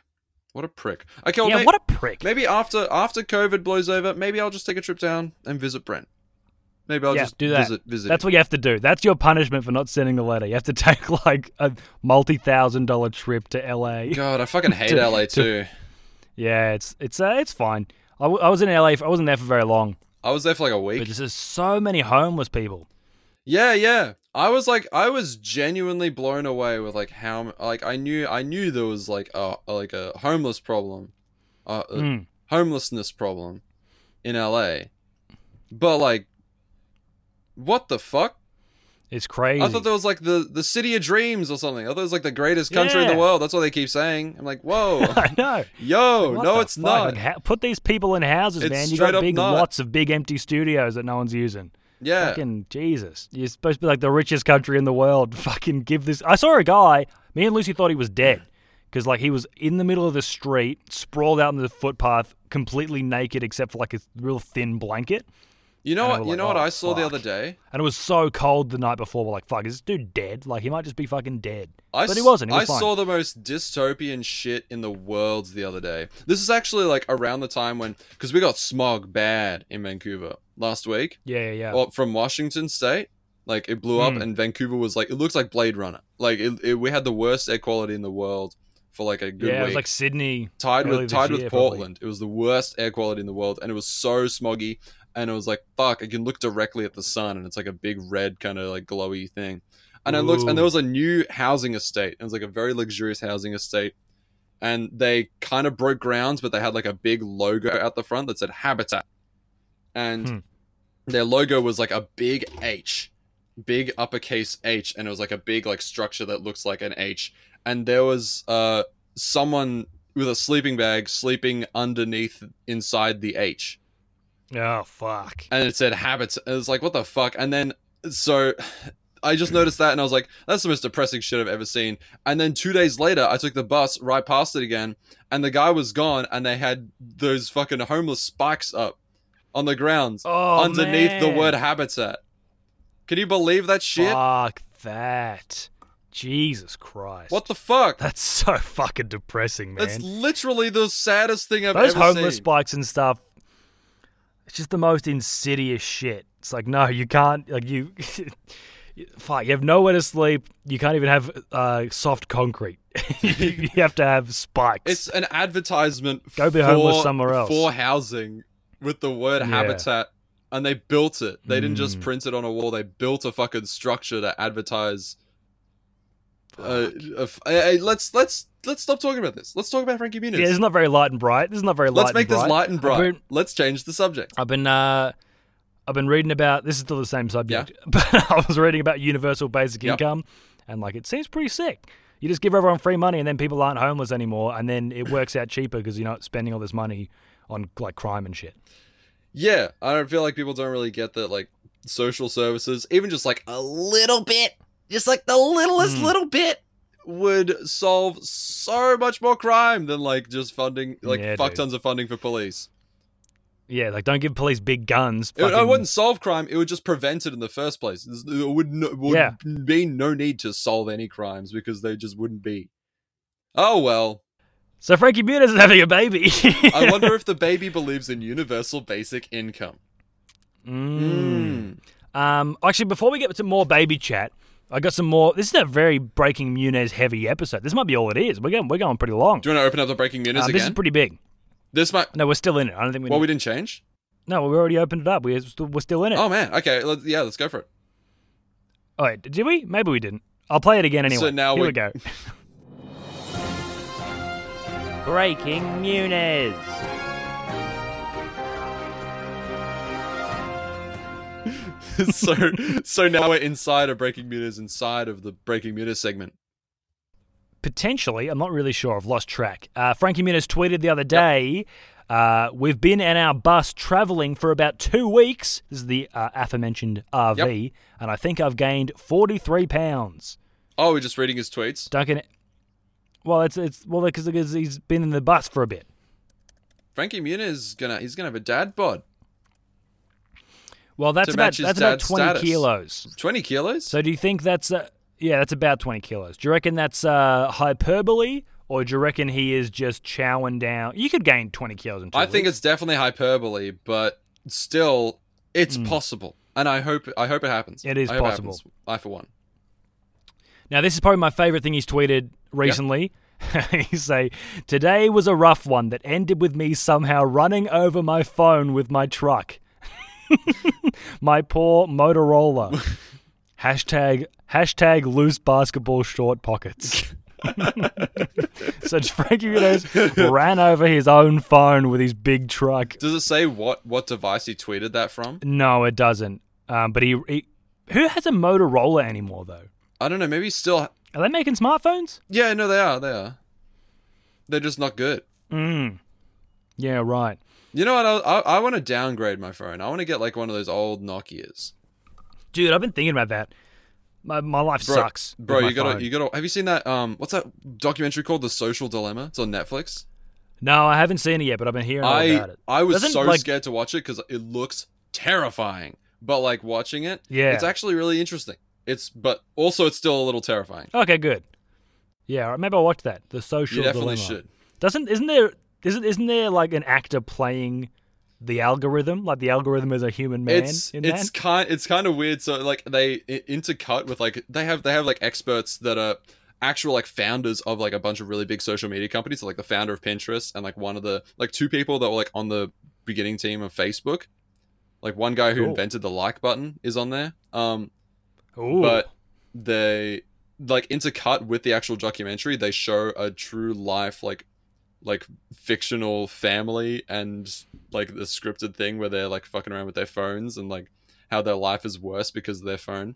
Speaker 2: What a prick. Okay, well,
Speaker 1: yeah
Speaker 2: may-
Speaker 1: what a prick
Speaker 2: Maybe after after COVID blows over, maybe I'll just take a trip down and visit Brent. Maybe I'll
Speaker 1: yeah
Speaker 2: just
Speaker 1: do that
Speaker 2: visit visit.
Speaker 1: that's
Speaker 2: him.
Speaker 1: what you have to do that's your punishment for not sending the letter you have to take like a multi thousand dollar trip to LA.
Speaker 2: God, I fucking hate
Speaker 1: To-
Speaker 2: LA
Speaker 1: to-
Speaker 2: too.
Speaker 1: Yeah, it's it's uh, it's fine. I, w- I was in LA. For, I wasn't there for very long,
Speaker 2: I was there for like a
Speaker 1: but
Speaker 2: week.
Speaker 1: there's just so many homeless people.
Speaker 2: Yeah, yeah. I was like I was genuinely blown away with like how m- like I knew I knew there was like a like a homeless problem. Uh, a
Speaker 1: Mm.
Speaker 2: homelessness problem in LA. But like what the fuck?
Speaker 1: It's crazy.
Speaker 2: I thought that was like the the city of dreams or something. I thought it was like the greatest country in
Speaker 1: Yeah.
Speaker 2: the world. That's what they keep saying. I'm like, whoa,
Speaker 1: I know.
Speaker 2: yo,
Speaker 1: What
Speaker 2: no,
Speaker 1: the
Speaker 2: it's
Speaker 1: fuck?
Speaker 2: not.
Speaker 1: Like, ha- put these people in houses,
Speaker 2: It's
Speaker 1: man. You
Speaker 2: straight
Speaker 1: got
Speaker 2: up
Speaker 1: big
Speaker 2: not.
Speaker 1: lots of big empty studios that no one's using.
Speaker 2: Yeah,
Speaker 1: Fucking Jesus! You're supposed to be like the richest country in the world. Fucking give this. I saw a guy. Me and Lucy thought he was dead because like he was in the middle of the street, sprawled out in the footpath, completely naked except for like a real thin blanket.
Speaker 2: You know
Speaker 1: And
Speaker 2: what?
Speaker 1: we're
Speaker 2: You
Speaker 1: like,
Speaker 2: know what
Speaker 1: "Oh,
Speaker 2: I saw the
Speaker 1: fuck."
Speaker 2: other day.
Speaker 1: And it was so cold the night before. We're like, fuck, is this dude dead? Like he might just be fucking dead.
Speaker 2: I
Speaker 1: but he
Speaker 2: s-
Speaker 1: wasn't. He was
Speaker 2: I
Speaker 1: fine.
Speaker 2: saw the most dystopian shit in the world the other day. This is actually like around the time when, because we got smog bad in Vancouver last week,
Speaker 1: yeah, yeah, yeah.
Speaker 2: or from Washington State. Like it blew up,
Speaker 1: Hmm.
Speaker 2: and Vancouver was like, it looks like Blade Runner. Like it, it, we had the worst air quality in the world for like a good
Speaker 1: yeah, it was
Speaker 2: week.
Speaker 1: like Sydney.
Speaker 2: tied
Speaker 1: early
Speaker 2: with
Speaker 1: this
Speaker 2: tied
Speaker 1: year,
Speaker 2: with
Speaker 1: probably.
Speaker 2: Portland. It was the worst air quality in the world, and it was so smoggy. And it was like, fuck, I can look directly at the sun, and it's like a big red kind of like glowy thing. And I looked,
Speaker 1: Ooh.
Speaker 2: and there was a new housing estate. It was like a very luxurious housing estate, and they kind of broke grounds, but they had like a big logo out the front that said Habitat, and
Speaker 1: Hmm.
Speaker 2: their logo was like a big H, big uppercase H, and it was like a big like structure that looks like an H. And there was uh someone with a sleeping bag sleeping underneath inside the H.
Speaker 1: Oh fuck.
Speaker 2: And it said habits. And it's like, what the fuck? And then so I just noticed that and I was like, that's the most depressing shit I've ever seen. And then two days later, I took the bus right past it again, and the guy was gone, and they had those fucking homeless spikes up on the grounds
Speaker 1: Oh,
Speaker 2: underneath the
Speaker 1: man.
Speaker 2: word habitat. Can you believe that shit?
Speaker 1: Fuck that. Jesus Christ.
Speaker 2: What the fuck?
Speaker 1: That's so fucking depressing, man.
Speaker 2: That's literally the saddest thing I've
Speaker 1: Those
Speaker 2: ever
Speaker 1: homeless
Speaker 2: seen.
Speaker 1: spikes and stuff. It's just the most insidious shit. It's like no, you can't. Like you, fuck. You have nowhere to sleep. You can't even have uh, soft concrete. you have to have spikes.
Speaker 2: It's an advertisement
Speaker 1: Go be
Speaker 2: for,
Speaker 1: homeless somewhere else.
Speaker 2: for housing with the word
Speaker 1: Yeah.
Speaker 2: habitat, and they built it. They didn't just
Speaker 1: Mm.
Speaker 2: print it on a wall. They built a fucking structure to advertise. Uh, a f- hey, hey, let's let's let's stop talking about this. Let's talk about Frankie Muniz.
Speaker 1: yeah, it's not very light and bright. This is not very
Speaker 2: let's
Speaker 1: light.
Speaker 2: make
Speaker 1: and
Speaker 2: this
Speaker 1: bright.
Speaker 2: light and bright.
Speaker 1: I've been,
Speaker 2: Let's change the subject.
Speaker 1: I've been, uh, I've been reading about. This is still the same subject, but I was reading about universal basic
Speaker 2: Yep.
Speaker 1: income, and like it seems pretty sick. You just give everyone free money, and then people aren't homeless anymore, and then it works out cheaper because you're not spending all this money on like crime and shit.
Speaker 2: Yeah, I don't feel like people don't really get that. Like social services, even just like a little bit, just like the littlest
Speaker 1: Hmm.
Speaker 2: little bit, would solve so much more crime than like just funding, like
Speaker 1: Yeah,
Speaker 2: fuck
Speaker 1: dude.
Speaker 2: tons of funding for police.
Speaker 1: Yeah, like don't give police big guns.
Speaker 2: It, it
Speaker 1: fucking-
Speaker 2: Uh, wouldn't solve crime; it would just prevent it in the first place. There would no, would
Speaker 1: Yeah.
Speaker 2: be no need to solve any crimes because they just wouldn't be. Oh well.
Speaker 1: So Frankie Muniz is having a baby.
Speaker 2: I wonder if the baby believes in universal basic income.
Speaker 1: Mm. Um, actually, before we get to more baby chat, I got some more. This is a very breaking Muniz heavy episode. This might be all it is. We're going, we're going pretty long.
Speaker 2: Do you want to open up the breaking news
Speaker 1: Um,
Speaker 2: again?
Speaker 1: this is pretty big.
Speaker 2: this might.
Speaker 1: No, we're still in it. I don't think we.
Speaker 2: Well, we didn't change.
Speaker 1: no, we already opened it up. We're still, we're still in it.
Speaker 2: Oh man, okay, let, yeah, let's go for it.
Speaker 1: All right, did we? Maybe we didn't. I'll play it again anyway.
Speaker 2: So now
Speaker 1: Here we,
Speaker 2: we-
Speaker 1: go. Breaking Muniz.
Speaker 2: so, so now we're inside of Breaking Mutas, inside of the Breaking Mutas segment.
Speaker 1: Potentially, I'm not really sure. I've lost track. Uh, Frankie Muniz tweeted the other day. Uh, we've been in our bus traveling for about two weeks. This is the uh, aforementioned RV, and I think I've gained 43 pounds.
Speaker 2: Oh, we're just reading his tweets.
Speaker 1: Duncan, well, it's it's well because he's been in the bus for a bit.
Speaker 2: Frankie Muniz is gonna he's gonna have a dad bod,
Speaker 1: Well, that's
Speaker 2: To
Speaker 1: about
Speaker 2: match his
Speaker 1: that's about
Speaker 2: dad's
Speaker 1: 20
Speaker 2: status.
Speaker 1: kilos.
Speaker 2: twenty kilos.
Speaker 1: So do you think that's uh, yeah, that's about 20 kilos. Do you reckon that's uh, hyperbole or do you reckon he is just chowing down? You could gain 20 kilos in two
Speaker 2: I think
Speaker 1: weeks.
Speaker 2: it's definitely hyperbole, but still, it's possible, and I hope I hope it happens.
Speaker 1: Hmm. It is
Speaker 2: I hope
Speaker 1: possible.
Speaker 2: happens. I for one.
Speaker 1: Now this is probably my favorite thing he's tweeted recently. he say, "Today was a rough one that ended with me somehow running over my phone with my truck. my poor Motorola." hashtag hashtag loose basketball short pockets. so Frankie Muniz ran over his own phone with his big truck.
Speaker 2: Does it say what what device he tweeted that from?
Speaker 1: No, it doesn't. Um, but he, he, who has a Motorola anymore though?
Speaker 2: I don't know. Maybe he's still.
Speaker 1: Are they making smartphones?
Speaker 2: Yeah, no, they are. They are. They're just not good.
Speaker 1: Mm. Yeah, right.
Speaker 2: You know what? I, I, I want to downgrade my phone. I want to get like one of those old Nokia's.
Speaker 1: Dude, I've been thinking about that. My, my life
Speaker 2: Bro-
Speaker 1: sucks. with
Speaker 2: Bro,
Speaker 1: my
Speaker 2: you gotta
Speaker 1: phone.
Speaker 2: you gotta have you seen that um what's that documentary called The Social Dilemma? It's on Netflix.
Speaker 1: No, I haven't seen it yet, but I've been hearing all
Speaker 2: I
Speaker 1: about it.
Speaker 2: I was
Speaker 1: Doesn't,
Speaker 2: so
Speaker 1: like-
Speaker 2: scared to watch it because it looks terrifying. But like watching it,
Speaker 1: Yeah.
Speaker 2: it's actually really interesting. It's but also it's still a little terrifying.
Speaker 1: Okay, good. Yeah, all right, maybe I'll watch that. The social
Speaker 2: You definitely
Speaker 1: dilemma.
Speaker 2: should.
Speaker 1: Doesn't isn't there isn't isn't there like an actor playing the algorithm? Like the algorithm is a human man
Speaker 2: it's
Speaker 1: in
Speaker 2: it's
Speaker 1: that?
Speaker 2: kind it's kind of weird. So like they i- intercut with like they have they have like experts that are actual like founders of like a bunch of really big social media companies, so, like the founder of Pinterest and like one of the like two people that were like on the beginning team of Facebook. Like one guy who
Speaker 1: Cool.
Speaker 2: invented the like button is on there. Um,
Speaker 1: Ooh.
Speaker 2: but they like intercut with the actual documentary. They show a true life like like fictional family and like the scripted thing where they're like fucking around with their phones and like how their life is worse because of their phone.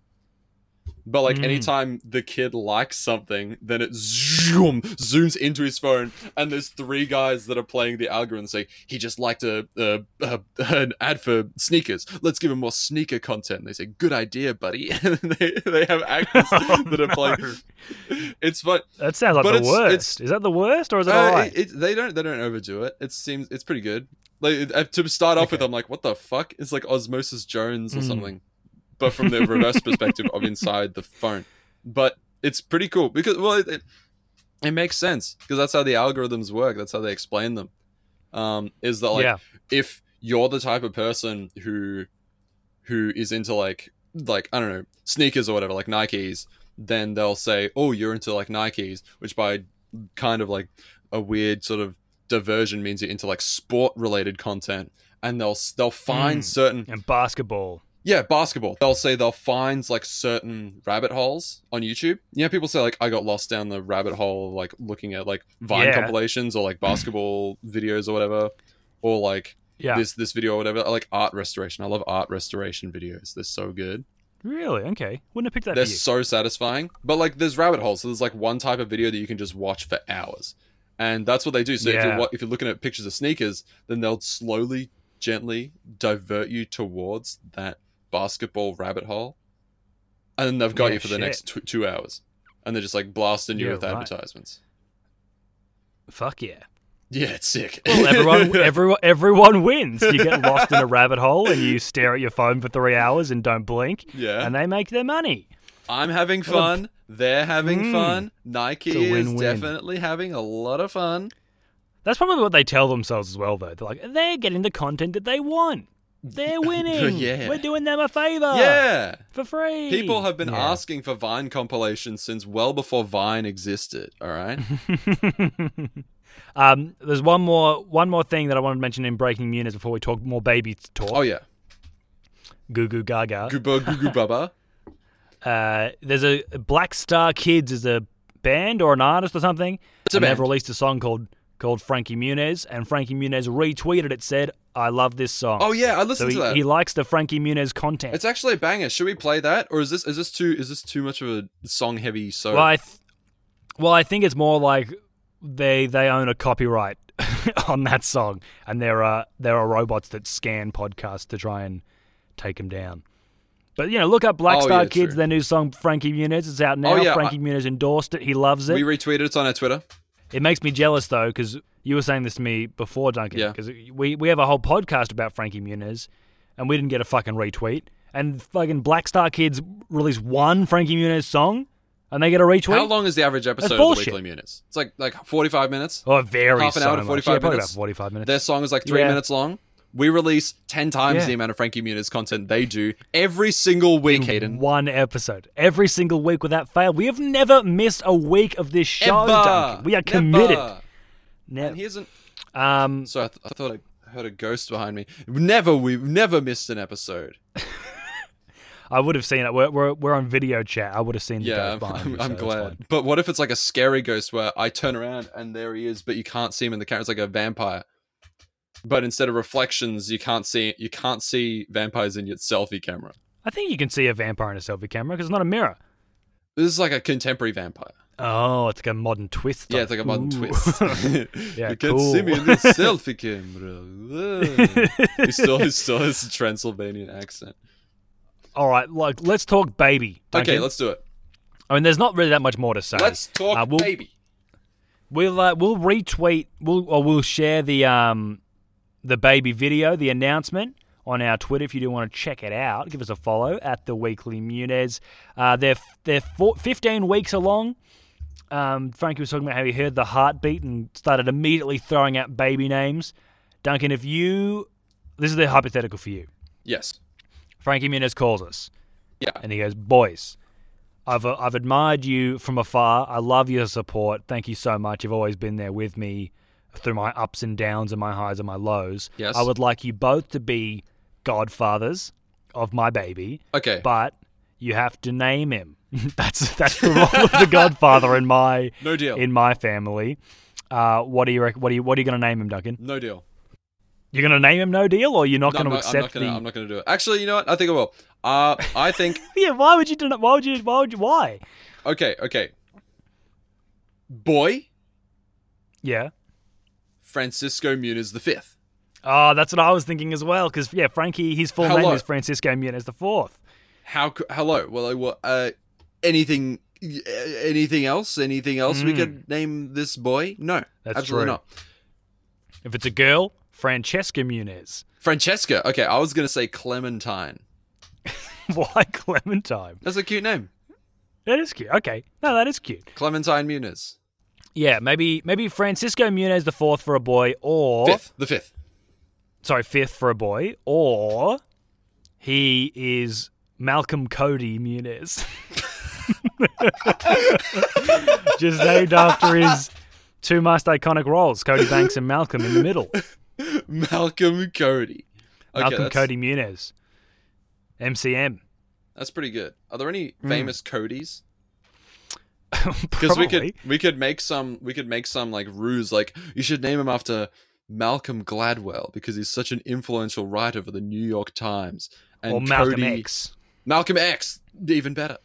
Speaker 2: But like
Speaker 1: Mm.
Speaker 2: anytime the kid likes something, then it zoom zooms into his phone, and there's three guys that are playing the algorithm. Say he just liked a, a, a an ad for sneakers. Let's give him more sneaker content. And they say good idea, buddy. And they they have actors that are
Speaker 1: no.
Speaker 2: playing. It's fun.
Speaker 1: that sounds like
Speaker 2: but
Speaker 1: the
Speaker 2: it's-
Speaker 1: worst.
Speaker 2: it's-
Speaker 1: is that the worst or is it
Speaker 2: Uh,
Speaker 1: alright?
Speaker 2: it- it- they don't they don't overdo it. It seems it's pretty good. Like it- uh, to start off with,
Speaker 1: Okay.
Speaker 2: I'm like, what the fuck? It's like Osmosis Jones or
Speaker 1: Mm.
Speaker 2: something, but from the reverse perspective of inside the phone. But it's pretty cool because well, it, it, it makes sense because that's how the algorithms work. That's how they explain them. Um, is that like
Speaker 1: yeah.
Speaker 2: if you're the type of person who who is into like like I don't know sneakers or whatever like Nikes, then they'll say, "Oh, you're into like Nikes," which by kind of like a weird sort of diversion means you're into like sport related content, and they'll they'll find
Speaker 1: Mm.
Speaker 2: certain
Speaker 1: And basketball.
Speaker 2: yeah, basketball. They'll say they'll find like certain rabbit holes on YouTube. You know, people say like I got lost down the rabbit hole, of, like looking at like Vine
Speaker 1: Yeah.
Speaker 2: compilations or like basketball videos or whatever, or like
Speaker 1: Yeah.
Speaker 2: this this video or whatever. I like art restoration. I love art restoration videos. They're so good.
Speaker 1: really? Okay. Wouldn't have picked that
Speaker 2: They're
Speaker 1: for you.
Speaker 2: so satisfying. But like there's rabbit holes. So there's like one type of video that you can just watch for hours, and that's what they do. So if
Speaker 1: Yeah.
Speaker 2: you're wa- if you're looking at pictures of sneakers, then they'll slowly, gently divert you towards that basketball rabbit hole, and then they've got
Speaker 1: Yeah,
Speaker 2: you for the
Speaker 1: shit.
Speaker 2: next two, two hours, and they're just like blasting you
Speaker 1: Yeah,
Speaker 2: with
Speaker 1: right.
Speaker 2: advertisements.
Speaker 1: Fuck yeah.
Speaker 2: Yeah, it's sick.
Speaker 1: Well, everyone, everyone, everyone wins. You get lost in a rabbit hole and you stare at your phone for three hours and don't blink,
Speaker 2: yeah,
Speaker 1: and they make their money.
Speaker 2: I'm having fun. They're having
Speaker 1: Mm.
Speaker 2: fun. Nike
Speaker 1: It's a
Speaker 2: is
Speaker 1: win-win.
Speaker 2: definitely having a lot of fun.
Speaker 1: That's probably what they tell themselves as well, though. They're like, they're getting the content that they want. They're winning.
Speaker 2: Yeah.
Speaker 1: We're doing them a favor.
Speaker 2: yeah.
Speaker 1: For free.
Speaker 2: People have been
Speaker 1: Ah. Yeah.
Speaker 2: asking for Vine compilations since well before Vine existed, all right?
Speaker 1: um, there's one more one more thing that I wanted to mention in breaking news before we talk more baby talk.
Speaker 2: oh, yeah.
Speaker 1: Goo goo gaga.
Speaker 2: Gooba Goo Baba.
Speaker 1: uh, there's a Black Star Kids is a band or an artist or something.
Speaker 2: a
Speaker 1: and
Speaker 2: band.
Speaker 1: they've released a song called called Frankie Muniz, and Frankie Muniz retweeted it. Said, "I love this song."
Speaker 2: Oh, yeah, I
Speaker 1: so
Speaker 2: listened
Speaker 1: he,
Speaker 2: to that.
Speaker 1: he likes the Frankie Muniz content.
Speaker 2: It's actually a banger. Should we play that? Or is this is this too is this too much of a song heavy so
Speaker 1: well, I th- well, I think it's more like they they own a copyright on that song, and there are there are robots that scan podcasts to try and take them down. But you know, look up Black
Speaker 2: Oh,
Speaker 1: Star
Speaker 2: yeah,
Speaker 1: Kids,
Speaker 2: true. Oh,
Speaker 1: their new song Frankie Muniz. It's out now.
Speaker 2: yeah, I-
Speaker 1: Frankie Muniz endorsed it. He loves it.
Speaker 2: we retweeted it on our Twitter?
Speaker 1: It makes me jealous though, because you were saying this to me before, Duncan.
Speaker 2: Yeah.
Speaker 1: Because we we have a whole podcast about Frankie Muniz, and we didn't get a fucking retweet. And fucking Black Star Kids release one Frankie Muniz song, and they get a retweet.
Speaker 2: How long is the average episode of the
Speaker 1: bullshit.
Speaker 2: Weekly Muniz? It's like like 45 minutes.
Speaker 1: Oh, it varies.
Speaker 2: Half an hour
Speaker 1: so
Speaker 2: to
Speaker 1: much.
Speaker 2: 45
Speaker 1: yeah, probably
Speaker 2: minutes.
Speaker 1: About forty-five minutes.
Speaker 2: Their song is like 3
Speaker 1: Yeah.
Speaker 2: minutes long. We release 10 times
Speaker 1: Yeah.
Speaker 2: the amount of Frankie Muniz content they do every single week, Hayden.
Speaker 1: One episode every single week without fail. We have never missed a week of this show,
Speaker 2: Ever.
Speaker 1: Duncan. We are
Speaker 2: Never.
Speaker 1: committed. Ne-
Speaker 2: And here's an
Speaker 1: um,
Speaker 2: So I, th- I thought I heard a ghost behind me. Never, we've never missed an episode.
Speaker 1: I would have seen it. We're, we're, we're on video chat. I would have seen the
Speaker 2: Yeah,
Speaker 1: ghost
Speaker 2: I'm,
Speaker 1: behind
Speaker 2: I'm-
Speaker 1: me, so
Speaker 2: I'm
Speaker 1: that's
Speaker 2: glad.
Speaker 1: fine.
Speaker 2: But what if it's like a scary ghost where I turn around and there he is, but you can't see him in the camera? It's like a vampire. But instead of reflections, you can't see you can't see vampires in your selfie camera.
Speaker 1: I think you can see a vampire in a selfie camera because it's not a mirror.
Speaker 2: This is like a contemporary vampire.
Speaker 1: Oh, it's like a modern twist.
Speaker 2: Yeah, it's like a modern
Speaker 1: Ooh.
Speaker 2: twist.
Speaker 1: Yeah,
Speaker 2: you can't see me
Speaker 1: cool.
Speaker 2: in the selfie camera. he still he still has a Transylvanian accent.
Speaker 1: All right, like let's talk baby.
Speaker 2: Okay,
Speaker 1: Duncan.
Speaker 2: let's do it.
Speaker 1: I mean, there's not really that much more to say.
Speaker 2: Let's talk
Speaker 1: Uh, we'll,
Speaker 2: baby.
Speaker 1: We'll uh, we'll retweet. We'll or we'll share the um the baby video, the announcement on our Twitter. If you do want to check it out, give us a follow at the Weekly Munez. Uh, they're they're four, 15 weeks along. Um, Frankie was talking about how he heard the heartbeat and started immediately throwing out baby names. Duncan, if you this is the hypothetical for you.
Speaker 2: Yes.
Speaker 1: Frankie Muniz calls us.
Speaker 2: Yeah.
Speaker 1: And he goes, Boys, I've, uh, I've admired you from afar. I love your support. Thank you so much. You've always been there with me through my ups and downs and my highs and my lows.
Speaker 2: Yes.
Speaker 1: I would like you both to be godfathers of my baby,
Speaker 2: Okay.
Speaker 1: but you have to name him. that's that's the role of the godfather in my
Speaker 2: No deal.
Speaker 1: in my family. Uh, what do you rec- what are you what are you going to name him, Duncan?
Speaker 2: no deal.
Speaker 1: You're going to name him No Deal, or you're not
Speaker 2: No,
Speaker 1: going
Speaker 2: I'm,
Speaker 1: to
Speaker 2: not, I'm not
Speaker 1: accept
Speaker 2: gonna.
Speaker 1: the?
Speaker 2: I'm not gonna do it. Actually, you know what? I think I will. Uh, I think.
Speaker 1: Yeah, why would you do? Why would you? Why would you? Why?
Speaker 2: Okay. Okay. Boy
Speaker 1: Yeah.
Speaker 2: Francisco Muniz the fifth.
Speaker 1: Oh, that's what I was thinking as well. Because yeah, Frankie, his full
Speaker 2: Hello.
Speaker 1: name is Francisco Muniz the Fourth.
Speaker 2: How? c- Hello. Well, I will. Uh, anything. y- Anything else? Anything else we could name this boy? No,
Speaker 1: Hmm. That's
Speaker 2: absolutely
Speaker 1: true.
Speaker 2: not.
Speaker 1: If it's a girl, Francesca Muniz.
Speaker 2: Francesca. Okay, I was gonna say Clementine.
Speaker 1: Why Clementine?
Speaker 2: That's a cute name,
Speaker 1: That is cute. Okay, no, that is cute.
Speaker 2: Clementine Muniz.
Speaker 1: Yeah, maybe maybe Francisco Muniz the Fourth for a boy, or
Speaker 2: Fifth, the fifth.
Speaker 1: sorry, fifth for a boy, or he is Malcolm Cody Muniz, just named after his two most iconic roles, Cody Banks and Malcolm in the middle.
Speaker 2: Malcolm Cody. Okay,
Speaker 1: Malcolm
Speaker 2: that's,
Speaker 1: Cody Muniz, MCM.
Speaker 2: That's pretty good. Are there any
Speaker 1: Hmm.
Speaker 2: famous Codys? Because
Speaker 1: Because
Speaker 2: we could we could make some we could make some like ruse like you should name him after Malcolm Gladwell because he's such an influential writer for the New York Times and
Speaker 1: or Malcolm
Speaker 2: Cody-
Speaker 1: X,
Speaker 2: Malcolm X, even better.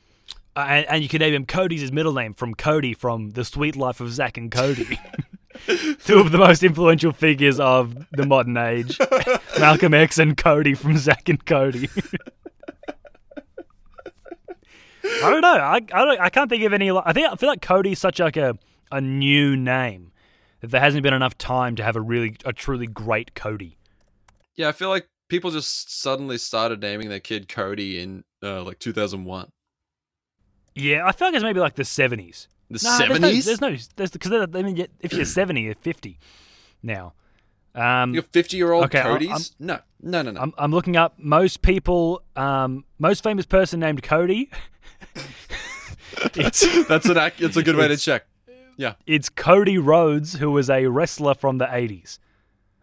Speaker 1: Uh, and, and you could name him Cody's his middle name from Cody from The Sweet Life of Zack and Cody. Two of the most influential figures of the modern age, Malcolm X and Cody from Zack and Cody. I don't know. I, I, don't, I can't think of any. li- I think I feel like Cody's such like a a new name that there hasn't been enough time to have a really a truly great Cody.
Speaker 2: Yeah, I feel like people just suddenly started naming their kid Cody in uh, like 2001.
Speaker 1: Yeah, I feel like it's maybe like the seventies.
Speaker 2: The
Speaker 1: Nah,
Speaker 2: 70s?
Speaker 1: Ah, There's no, there's because I mean, if you're 70, you're 50 now. Um,
Speaker 2: you got 50-year-old
Speaker 1: Okay, I- I'm-
Speaker 2: Codys? No. No, no, no.
Speaker 1: I'm, I'm looking up most people, um, most famous person named Cody. it's
Speaker 2: That's an ac- it's a good way to check. Yeah.
Speaker 1: it's Cody Rhodes, who was a wrestler from the 80s.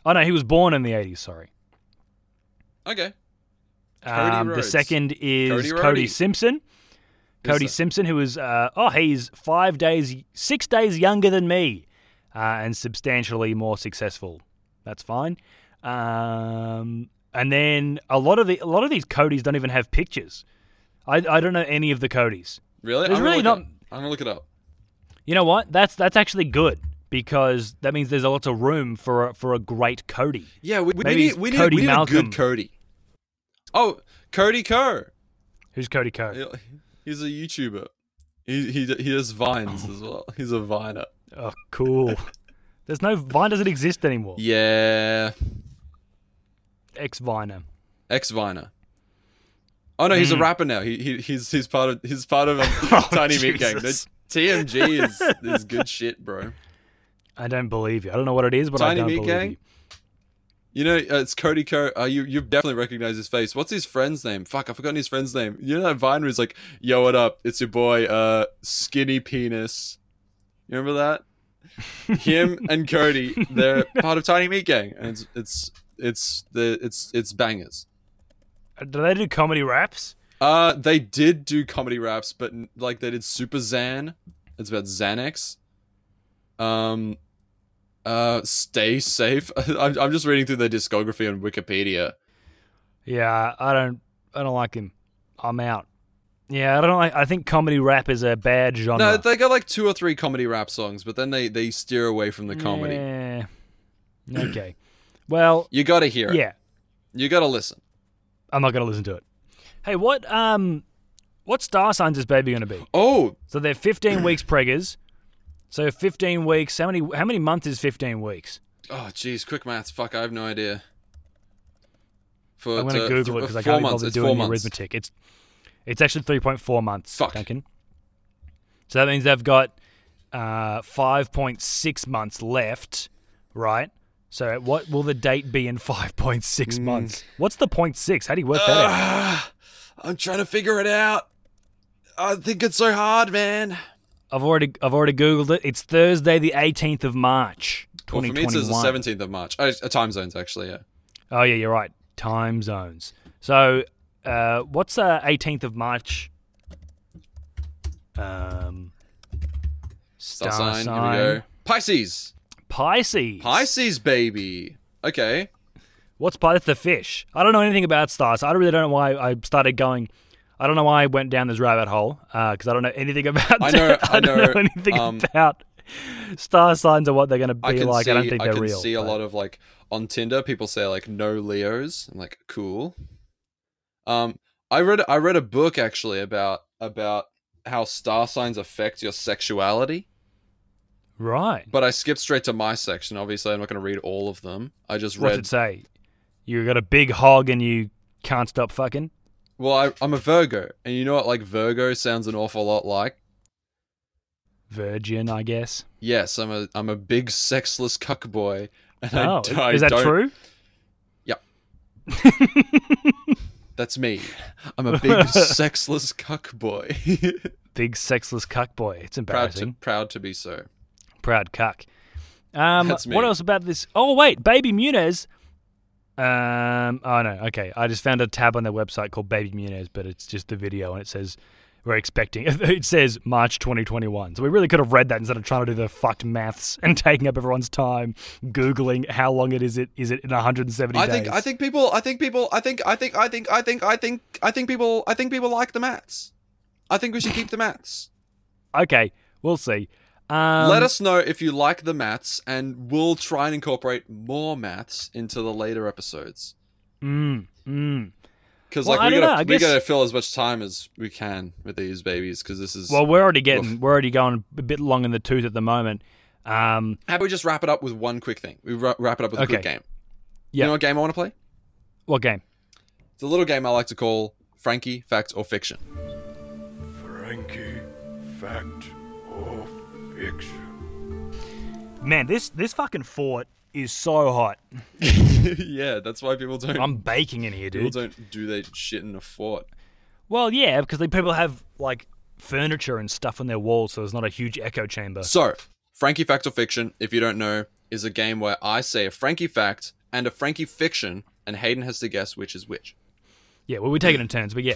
Speaker 1: Oh no, he was born in the 80s. Sorry.
Speaker 2: Okay. Cody
Speaker 1: Um, the
Speaker 2: Rhodes.
Speaker 1: second is
Speaker 2: Cody
Speaker 1: Cody,
Speaker 2: Rhodey.
Speaker 1: Simpson.
Speaker 2: Who's
Speaker 1: Cody
Speaker 2: that?
Speaker 1: Simpson, who is uh, oh, he's five days, six days younger than me, uh, and substantially more successful. That's fine. Um, and then a lot of the a lot of these Codys don't even have pictures. I, I don't know any of the Codys.
Speaker 2: Really?
Speaker 1: There's
Speaker 2: I'm
Speaker 1: really
Speaker 2: gonna look
Speaker 1: not-
Speaker 2: it up. I'm gonna look it up.
Speaker 1: You know what? That's that's actually good because that means there's a lot of room for a, for a great Cody.
Speaker 2: Yeah, we, we
Speaker 1: Maybe
Speaker 2: need
Speaker 1: it's
Speaker 2: we need,
Speaker 1: Cody
Speaker 2: we need a
Speaker 1: Malcolm.
Speaker 2: good Cody. Oh, Cody Kerr.
Speaker 1: Who's Cody Cody?
Speaker 2: He's a YouTuber. He he he does vines as well. He's a viner.
Speaker 1: Oh, cool. There's no Vine doesn't exist anymore.
Speaker 2: Yeah,
Speaker 1: Ex Viner.
Speaker 2: ex viner. Oh no, he's a rapper now. He, he he's he's part of he's part of um,
Speaker 1: Hmm. Oh,
Speaker 2: Tiny Meat Gang.
Speaker 1: Jesus.
Speaker 2: The TMG is is good shit, bro.
Speaker 1: I don't believe you. I don't know what it is, but I
Speaker 2: Tiny
Speaker 1: don't
Speaker 2: Meat
Speaker 1: believe
Speaker 2: Gang?
Speaker 1: you.
Speaker 2: You know, uh, it's Cody Kerr. Uh, you you definitely recognize his face. What's his friend's name? Fuck, I've forgotten his friend's name. You know that Vine was like, "Yo, what up? It's your boy, uh, Skinny Penis." You remember that? Him and Cody, they're part of Tiny Meat Gang, and it's it's it's the it's it's bangers.
Speaker 1: Do they do comedy raps?
Speaker 2: Uh, they did do comedy raps, but like they did Super Xan. It's about Xanax. Um, uh, stay safe. I'm I'm just reading through their discography on Wikipedia.
Speaker 1: Yeah, I don't. I don't like him. I'm out. Yeah, I don't like. I think comedy rap is a bad genre.
Speaker 2: No, they got like two or three comedy rap songs, but then they they steer away from the comedy.
Speaker 1: Yeah. Okay. Well,
Speaker 2: You gotta hear it.
Speaker 1: yeah.
Speaker 2: You gotta listen.
Speaker 1: I'm not gonna listen to it. Hey, what um, what star signs is baby going to be?
Speaker 2: Oh,
Speaker 1: So they're 15 weeks preggers. So 15 weeks. How many? How many months is 15 weeks?
Speaker 2: oh, geez, quick maths. Fuck, I have no idea. For
Speaker 1: I'm going to
Speaker 2: uh,
Speaker 1: Google it
Speaker 2: th-
Speaker 1: because I
Speaker 2: four
Speaker 1: can't be
Speaker 2: months.
Speaker 1: bothered
Speaker 2: It's four
Speaker 1: doing the
Speaker 2: months.
Speaker 1: arithmetic. It's it's actually 3.4 months.
Speaker 2: Fuck.
Speaker 1: Duncan. So that means they've got uh, 5.6 months left, right? So what will the date be in 5.6 months? What's the point six? How do you work that out?
Speaker 2: Mm. Ah, I'm trying to figure it out. I think it's so hard, man.
Speaker 1: I've already I've already googled it. It's Thursday, the 18th of March,
Speaker 2: Well, for me,
Speaker 1: 2021.
Speaker 2: it says the 17th of March. Oh, uh, time zones, actually, yeah.
Speaker 1: Oh yeah, you're right. Time zones. So, uh, what's uh, 18th of March? Um,
Speaker 2: Star sign, here we go. Pisces.
Speaker 1: Pisces.
Speaker 2: Pisces, baby. Okay.
Speaker 1: What's Pisces? The fish. I don't know anything about stars. I really don't know why I started going. I don't know why I went down this rabbit hole because I don't know anything about.
Speaker 2: I know- I
Speaker 1: don't
Speaker 2: know,
Speaker 1: anything
Speaker 2: um,
Speaker 1: about star signs or what they're going to be
Speaker 2: I can
Speaker 1: like.
Speaker 2: see,
Speaker 1: I don't think they're
Speaker 2: can
Speaker 1: real.
Speaker 2: see a
Speaker 1: but-
Speaker 2: lot of like on Tinder, people say like no Leos. I'm like, cool. Um, I read I read a book actually about about how star signs affect your sexuality,
Speaker 1: Right.
Speaker 2: but I skipped straight to my section. Obviously, I'm not going to read all of them. I just
Speaker 1: What's
Speaker 2: read
Speaker 1: it say? You got a big hog and you can't stop fucking.
Speaker 2: Well, I, I'm a Virgo, and you know what? Like Virgo sounds an awful lot like.
Speaker 1: Virgin, I guess.
Speaker 2: Yes, I'm a I'm a big sexless cuck boy, and
Speaker 1: Oh,
Speaker 2: I, I
Speaker 1: is that
Speaker 2: don't-
Speaker 1: true?
Speaker 2: That's me. I'm a big sexless cuck boy.
Speaker 1: Big sexless cuck boy. It's
Speaker 2: proud to
Speaker 1: embarrassing.
Speaker 2: proud to be so.
Speaker 1: Proud, cuck. Um,
Speaker 2: That's me.
Speaker 1: What else about this? Oh wait, Baby Munez. Um, oh no, okay. I just found a tab on their website called Baby Munez, but it's just the video, and it says we're expecting. It says March 2021. So we really could have read that instead of trying to do the fucked maths and taking up everyone's time googling how long it is. It is it in 170
Speaker 2: I
Speaker 1: days.
Speaker 2: think I think people I think people I think I think I think I think I think I think people I think people like the mats. I think we should keep the mats.
Speaker 1: Okay, we'll see. Um,
Speaker 2: Let us know if you like the mats, and we'll try and incorporate more maths into the later episodes.
Speaker 1: Mm, mm.
Speaker 2: Because
Speaker 1: Well,
Speaker 2: like
Speaker 1: I
Speaker 2: we
Speaker 1: don't
Speaker 2: gotta
Speaker 1: know, I
Speaker 2: we
Speaker 1: guess-
Speaker 2: gotta fill as much time as we can with these babies because this is
Speaker 1: Well,
Speaker 2: well,
Speaker 1: we're already getting, we're already going a bit long in the tooth at the moment. Um,
Speaker 2: how about we just wrap it up with one quick thing? We wra- wrap it up with a quick
Speaker 1: Okay.
Speaker 2: game.
Speaker 1: Yeah.
Speaker 2: You know what game I want to play?
Speaker 1: what game?
Speaker 2: It's a little game I like to call Frankie Fact or Fiction.
Speaker 4: Frankie, fact or fiction?
Speaker 1: Man, this this fucking fort is so hot.
Speaker 2: yeah, that's why people don't
Speaker 1: I'm baking in here,
Speaker 2: people
Speaker 1: dude.
Speaker 2: don't do that shit in a fort.
Speaker 1: Well, yeah, because the people have like furniture and stuff on their walls, so there's not a huge echo chamber.
Speaker 2: So Frankie Fact or Fiction, if you don't know, is a game where I say a Frankie fact and a Frankie fiction, and Hayden has to guess which is which.
Speaker 1: Yeah, well, we're taking it in turns, but yeah,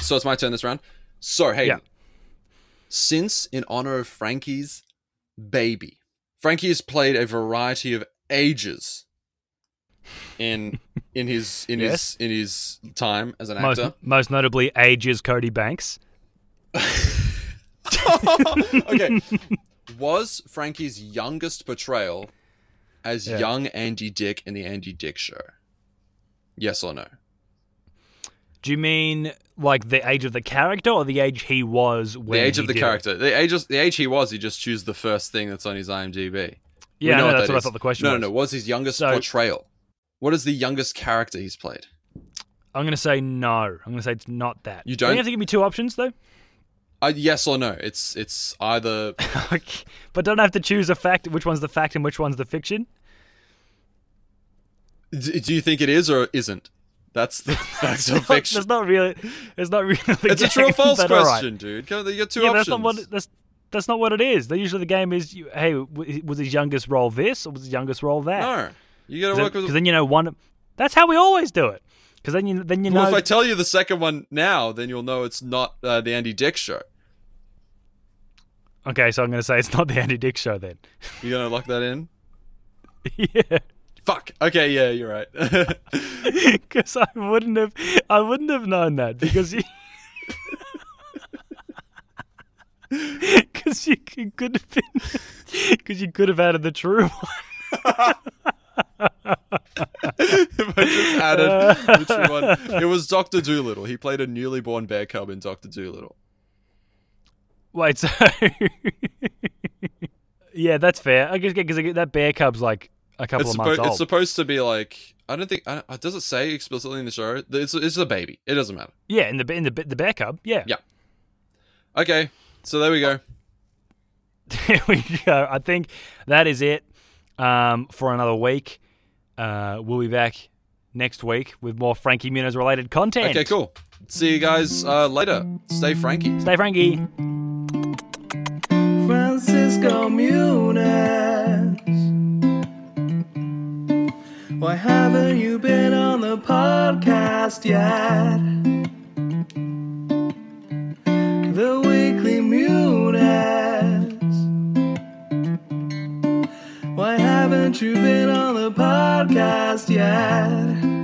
Speaker 2: So it's my turn this round. So Hayden,
Speaker 1: yeah.
Speaker 2: since in honor of Frankie's baby. Frankie has played a variety of ages in in his in
Speaker 1: Yes.
Speaker 2: his in his time as an
Speaker 1: Most
Speaker 2: actor.
Speaker 1: most notably, ages Cody Banks.
Speaker 2: okay. Was Frankie's youngest portrayal as
Speaker 1: Yeah.
Speaker 2: young Andy Dick in the Andy Dick show? Yes or no?
Speaker 1: Do you mean like the age of the character or the age he was when
Speaker 2: the age
Speaker 1: he
Speaker 2: of the
Speaker 1: did it?
Speaker 2: character. The age the age he was, he just choose the first thing that's on his IMDb. We
Speaker 1: Yeah,
Speaker 2: know
Speaker 1: no, that's
Speaker 2: that
Speaker 1: what I
Speaker 2: is.
Speaker 1: thought the question
Speaker 2: No,
Speaker 1: was.
Speaker 2: no, no. What's his youngest
Speaker 1: So-
Speaker 2: portrayal? What is the youngest character he's played?
Speaker 1: I'm gonna say no. I'm gonna say it's not that.
Speaker 2: You
Speaker 1: You
Speaker 2: don't-
Speaker 1: have to give me two options though.
Speaker 2: Uh, yes or no? It's it's either
Speaker 1: Okay. but don't I have to choose a fact. Which one's the fact and which one's the fiction?
Speaker 2: d- do you think it is or isn't? That's the fact or
Speaker 1: It's
Speaker 2: fiction.
Speaker 1: not really. It's not really. the
Speaker 2: It's a true
Speaker 1: game,
Speaker 2: or false
Speaker 1: but all right.
Speaker 2: question, dude. Come on, you got two
Speaker 1: Yeah, but that's
Speaker 2: options.
Speaker 1: not what. That's that's not what it is. They- Usually, the game is, you, hey, w- was his youngest role this or was his youngest role that?
Speaker 2: no, you got to work
Speaker 1: Because
Speaker 2: with.
Speaker 1: then you know one. That's how we always do it. Because then you then you
Speaker 2: Well,
Speaker 1: know.
Speaker 2: if I tell you the second one now, then you'll know it's not uh, the Andy Dick show.
Speaker 1: okay, so I'm going to say it's not the Andy Dick show then.
Speaker 2: You gonna lock that in?
Speaker 1: yeah.
Speaker 2: Fuck. Okay, yeah, you're right.
Speaker 1: Because I wouldn't have, I wouldn't have known that because you, because you c- could have been, because you could have added the true one.
Speaker 2: if I just added the true one. It was Doctor Doolittle. He played a newly born bear cub in Doctor Doolittle.
Speaker 1: Wait, so yeah, that's fair. I guess because that bear cub's like a couple
Speaker 2: It's,
Speaker 1: of
Speaker 2: suppo-
Speaker 1: months
Speaker 2: it's
Speaker 1: old.
Speaker 2: supposed to be like I don't think I don't- does it say explicitly in the show. It's it's a baby. It doesn't matter.
Speaker 1: yeah, in the in the the bear cub. Yeah,
Speaker 2: Yeah. Okay, so there we go.
Speaker 1: there we go. I think that is it um, for another week. Uh, we'll be back next week with more Frankie Muniz related content.
Speaker 2: Okay, cool. See you guys uh, later. Stay Frankie.
Speaker 1: Stay Frankie.
Speaker 3: Francisco Muniz. Why haven't you been on the podcast yet? The Weekly Muniz. Why haven't you been on the podcast yet?